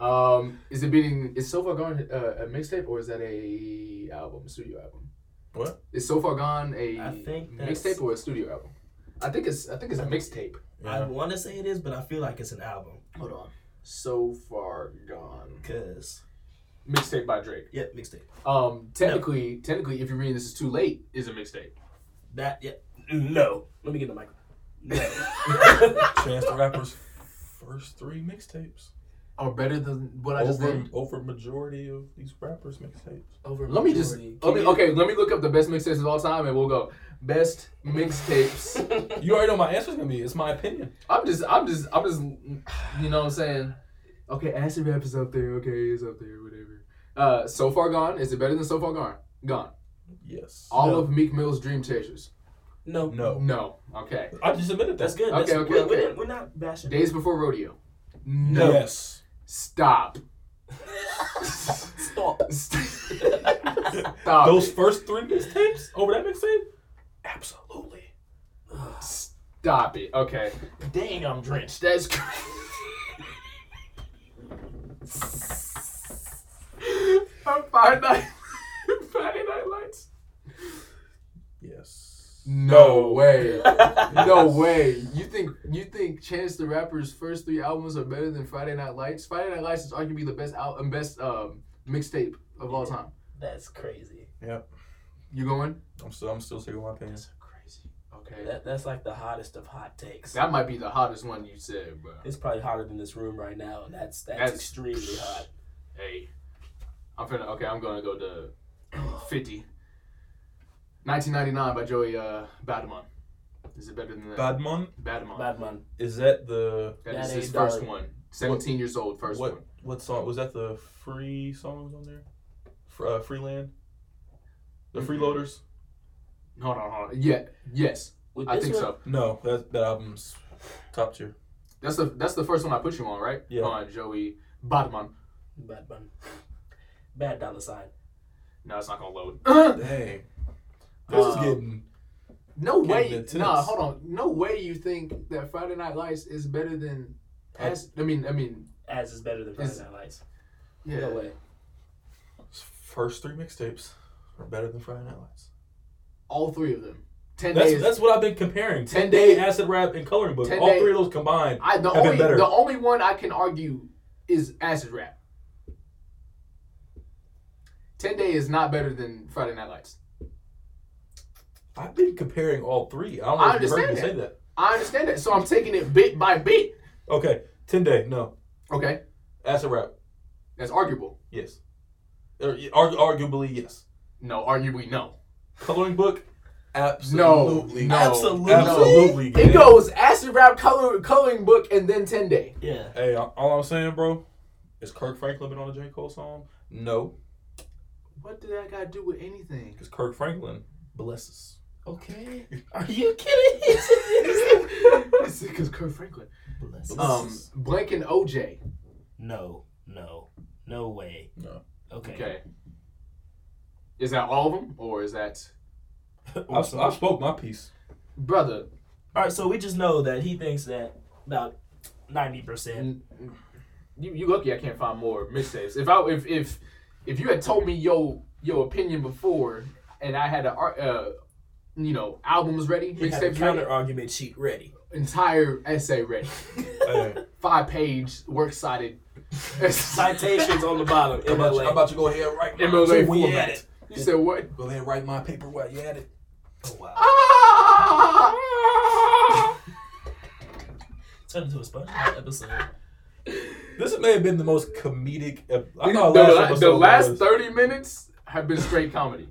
[SPEAKER 2] Um, is it beating? Is So Far Gone uh, a mixtape or is that a album, a studio album?
[SPEAKER 1] What?
[SPEAKER 2] Is So Far Gone a
[SPEAKER 3] I think that's-
[SPEAKER 2] mixtape or a studio album? I think it's I think it's a mixtape.
[SPEAKER 3] I
[SPEAKER 1] Yeah.
[SPEAKER 3] want to say it is, but I feel like it's an album.
[SPEAKER 2] Hold on. So Far Gone
[SPEAKER 3] Cause
[SPEAKER 2] mixtape by Drake.
[SPEAKER 3] yeah, mixtape.
[SPEAKER 2] Um, technically, technically, if you're reading this is too late, is a mixtape.
[SPEAKER 3] That yeah. No. Let me get the mic. No.
[SPEAKER 1] Chance the Rapper's first three mixtapes.
[SPEAKER 2] Or better than what I just
[SPEAKER 1] Over,
[SPEAKER 2] did.
[SPEAKER 1] over majority of these rappers' mixtapes.
[SPEAKER 3] Over.
[SPEAKER 2] Let me just
[SPEAKER 3] majority.
[SPEAKER 2] let me, okay. Let me look up the best mixtapes of all time, and we'll go best mixtapes.
[SPEAKER 1] You already know my answer's gonna be. It's my opinion.
[SPEAKER 2] I'm just, I'm just, I'm just, you know what I'm saying? Okay, acid rap is up there. Okay, it's up there, whatever. Uh, so far gone. Is it better than so far gone? Gone.
[SPEAKER 1] Yes.
[SPEAKER 2] All
[SPEAKER 3] No.
[SPEAKER 2] of Meek Mill's Dream Chasers.
[SPEAKER 3] No.
[SPEAKER 1] No.
[SPEAKER 2] No. Okay.
[SPEAKER 1] I just admitted that.
[SPEAKER 3] Mm. That's good.
[SPEAKER 2] Okay,
[SPEAKER 3] That's,
[SPEAKER 2] okay,
[SPEAKER 3] we're,
[SPEAKER 2] okay.
[SPEAKER 3] We're, we're not bashing.
[SPEAKER 2] Days Before Rodeo.
[SPEAKER 1] No. Yes.
[SPEAKER 2] Stop.
[SPEAKER 3] Stop.
[SPEAKER 2] Stop.
[SPEAKER 1] Those
[SPEAKER 2] Those.
[SPEAKER 1] first three mixtapes over that mixtape? Absolutely.
[SPEAKER 2] Stop it. Okay. Dang, I'm drenched. That's. cr- I'm Friday Night. Friday Night Lights.
[SPEAKER 1] Yes.
[SPEAKER 2] No way. no way. You think you think Chance the Rapper's first three albums are better than Friday Night Lights? Friday Night Lights is arguably the best out and best um, mixtape of all time.
[SPEAKER 3] That's crazy.
[SPEAKER 2] You going?
[SPEAKER 1] I'm still I'm still sticking with my opinion.
[SPEAKER 3] Crazy.
[SPEAKER 2] Okay.
[SPEAKER 3] That, that's like the hottest of hot takes.
[SPEAKER 2] That might be the hottest one you said, bro.
[SPEAKER 3] It's probably hotter than this room right now, and that's that's,
[SPEAKER 2] That's-
[SPEAKER 3] extremely hot.
[SPEAKER 2] Hey. I'm finna okay, I'm gonna go to 50. 1999 by Joey uh, Badman. Is it better than that?
[SPEAKER 1] Badman,
[SPEAKER 2] Badman.
[SPEAKER 3] Bad man.
[SPEAKER 1] is that the
[SPEAKER 2] that is
[SPEAKER 3] That
[SPEAKER 2] his
[SPEAKER 3] ain't
[SPEAKER 2] first
[SPEAKER 3] dog.
[SPEAKER 2] one. 17 years old, first
[SPEAKER 1] what
[SPEAKER 2] one.
[SPEAKER 1] what song was that the free songs on there? Fr- uh, Freeland? The
[SPEAKER 2] Mhm.
[SPEAKER 1] Mm-hmm. Freeloaders?
[SPEAKER 2] Hold on, hold on. Yeah, yes.
[SPEAKER 3] With
[SPEAKER 2] I think
[SPEAKER 3] one,
[SPEAKER 2] so.
[SPEAKER 1] No, that that album's top tier.
[SPEAKER 2] That's the that's the first one I put you on, right?
[SPEAKER 1] Yeah.
[SPEAKER 2] On Joey Badman.
[SPEAKER 3] Bad man. Bad dollar sign.
[SPEAKER 2] No, it's not gonna load.
[SPEAKER 1] Dang. This is
[SPEAKER 2] Um,
[SPEAKER 1] getting
[SPEAKER 2] no
[SPEAKER 1] Getting
[SPEAKER 2] way.
[SPEAKER 1] intense.
[SPEAKER 2] Nah, hold on. No way you think that Friday Night Lights is better than As- I mean, I mean,
[SPEAKER 3] As is better than Friday
[SPEAKER 2] Is-
[SPEAKER 3] Night Lights.
[SPEAKER 2] yeah.
[SPEAKER 3] No way.
[SPEAKER 1] first three mixtapes are better than Friday Night Lights.
[SPEAKER 2] All three of them. Ten
[SPEAKER 1] That's
[SPEAKER 2] days.
[SPEAKER 1] that's what I've been comparing. Ten
[SPEAKER 2] Day-
[SPEAKER 1] Day, Acid Rap, and Coloring Book.
[SPEAKER 2] 10
[SPEAKER 1] All
[SPEAKER 2] Day-
[SPEAKER 1] three of those combined.
[SPEAKER 2] I the
[SPEAKER 1] have been
[SPEAKER 2] only
[SPEAKER 1] better.
[SPEAKER 2] the only one I can argue is Acid Rap. Ten Day is not better than Friday Night Lights.
[SPEAKER 1] I've been comparing all three. I don't know
[SPEAKER 2] I
[SPEAKER 1] if you've heard me say
[SPEAKER 2] understand
[SPEAKER 1] that.
[SPEAKER 2] I understand that, so I'm taking it bit by bit.
[SPEAKER 1] Okay, Ten Day, no.
[SPEAKER 2] Okay,
[SPEAKER 1] Acid Rap,
[SPEAKER 2] that's arguable.
[SPEAKER 1] yes. Or, ar- arguably, yes.
[SPEAKER 2] No, arguably no.
[SPEAKER 1] Coloring Book,
[SPEAKER 2] No,
[SPEAKER 1] absolutely.
[SPEAKER 2] no,
[SPEAKER 3] Absolutely.
[SPEAKER 1] Absolutely.
[SPEAKER 2] It goes acid rap color coloring book and then ten day.
[SPEAKER 3] Yeah.
[SPEAKER 1] Hey, all- all I'm saying, bro, is Kirk Franklin been on a J. Cole song? No,
[SPEAKER 2] What did that got to do with anything?
[SPEAKER 1] because Kirk Franklin blesses.
[SPEAKER 3] Okay. Are you kidding?
[SPEAKER 2] That's because Kurt Franklin. Um,
[SPEAKER 1] Blesses.
[SPEAKER 2] Blank and OJ.
[SPEAKER 3] no. No. No way.
[SPEAKER 1] No.
[SPEAKER 3] Okay.
[SPEAKER 2] Okay. Is that all of them, or is that
[SPEAKER 1] I, I spoke my piece.
[SPEAKER 2] brother?
[SPEAKER 3] All right, so we just know that he thinks that about ninety percent.
[SPEAKER 2] n- n- You you lucky I can't find more mixtapes. If I if if if you had told me your your opinion before, and I had a ar- uh, you know albums ready,
[SPEAKER 3] He had a
[SPEAKER 2] mixtapes ready,
[SPEAKER 3] counter argument sheet ready.
[SPEAKER 2] entire essay ready,
[SPEAKER 1] Hey,
[SPEAKER 2] five page work cited.
[SPEAKER 3] Citations on the bottom.
[SPEAKER 1] I'm, about you, I'm
[SPEAKER 3] MLA.
[SPEAKER 1] about to go ahead and write my,
[SPEAKER 2] MLA
[SPEAKER 1] we at
[SPEAKER 2] format.
[SPEAKER 1] it.
[SPEAKER 2] You said what?
[SPEAKER 1] Go ahead and write my paper while you at it.
[SPEAKER 3] Oh, wow.
[SPEAKER 2] Ah!
[SPEAKER 3] Turn into a SpongeBob episode.
[SPEAKER 1] This may have been the most comedic. ep- I
[SPEAKER 2] The,
[SPEAKER 1] thought last
[SPEAKER 2] la-
[SPEAKER 1] episode
[SPEAKER 2] the last
[SPEAKER 1] was-
[SPEAKER 2] 30 minutes have been straight comedy.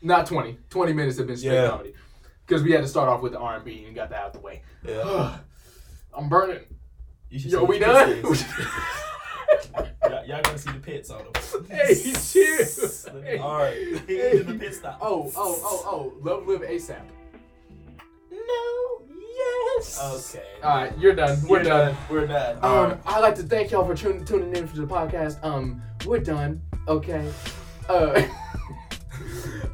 [SPEAKER 2] Not 20. 20 minutes have been straight
[SPEAKER 1] Yeah.
[SPEAKER 2] comedy. Because we had to start off with the R&B and got that out the way.
[SPEAKER 1] Yeah.
[SPEAKER 2] I'm burning.
[SPEAKER 3] You should
[SPEAKER 2] Yo,
[SPEAKER 3] see
[SPEAKER 2] we
[SPEAKER 3] the
[SPEAKER 2] done?
[SPEAKER 3] pits. y'all, y'all gotta see the pits on them.
[SPEAKER 2] hey, cheers. Hey.
[SPEAKER 1] All right.
[SPEAKER 3] He did the pit stop.
[SPEAKER 2] Oh, oh, oh, oh. Love Live ASAP.
[SPEAKER 3] no! Yes. Okay.
[SPEAKER 2] All right, you're done. We're
[SPEAKER 3] oh. We're
[SPEAKER 2] done.
[SPEAKER 3] done. We're done.
[SPEAKER 2] Um, I'd like to thank y'all for tuning tuning in for the podcast. Um, we're done. Okay. Uh,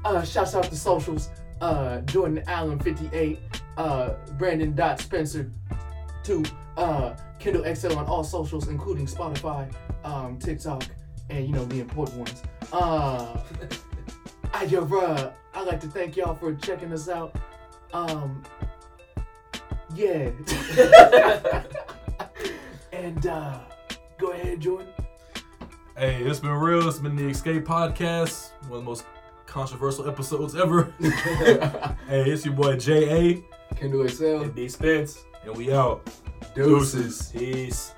[SPEAKER 2] uh shouts out to socials. uh, Jordan Allen 58, uh, Brandon Dot Spencer 2, uh, Kindle XL on all socials, including Spotify, um, TikTok, and you know the important ones. Uh, I, yo, bruh, I'd like to thank y'all for checking us out. Um, yeah. and uh, go ahead, Jordan.
[SPEAKER 1] Hey, it's been real. It's been the Escape Podcast, one of the most controversial episodes ever. hey, it's your boy JA,
[SPEAKER 7] Kendall XL.
[SPEAKER 3] Dispense.
[SPEAKER 1] and we out.
[SPEAKER 7] Deuces.
[SPEAKER 3] Peace.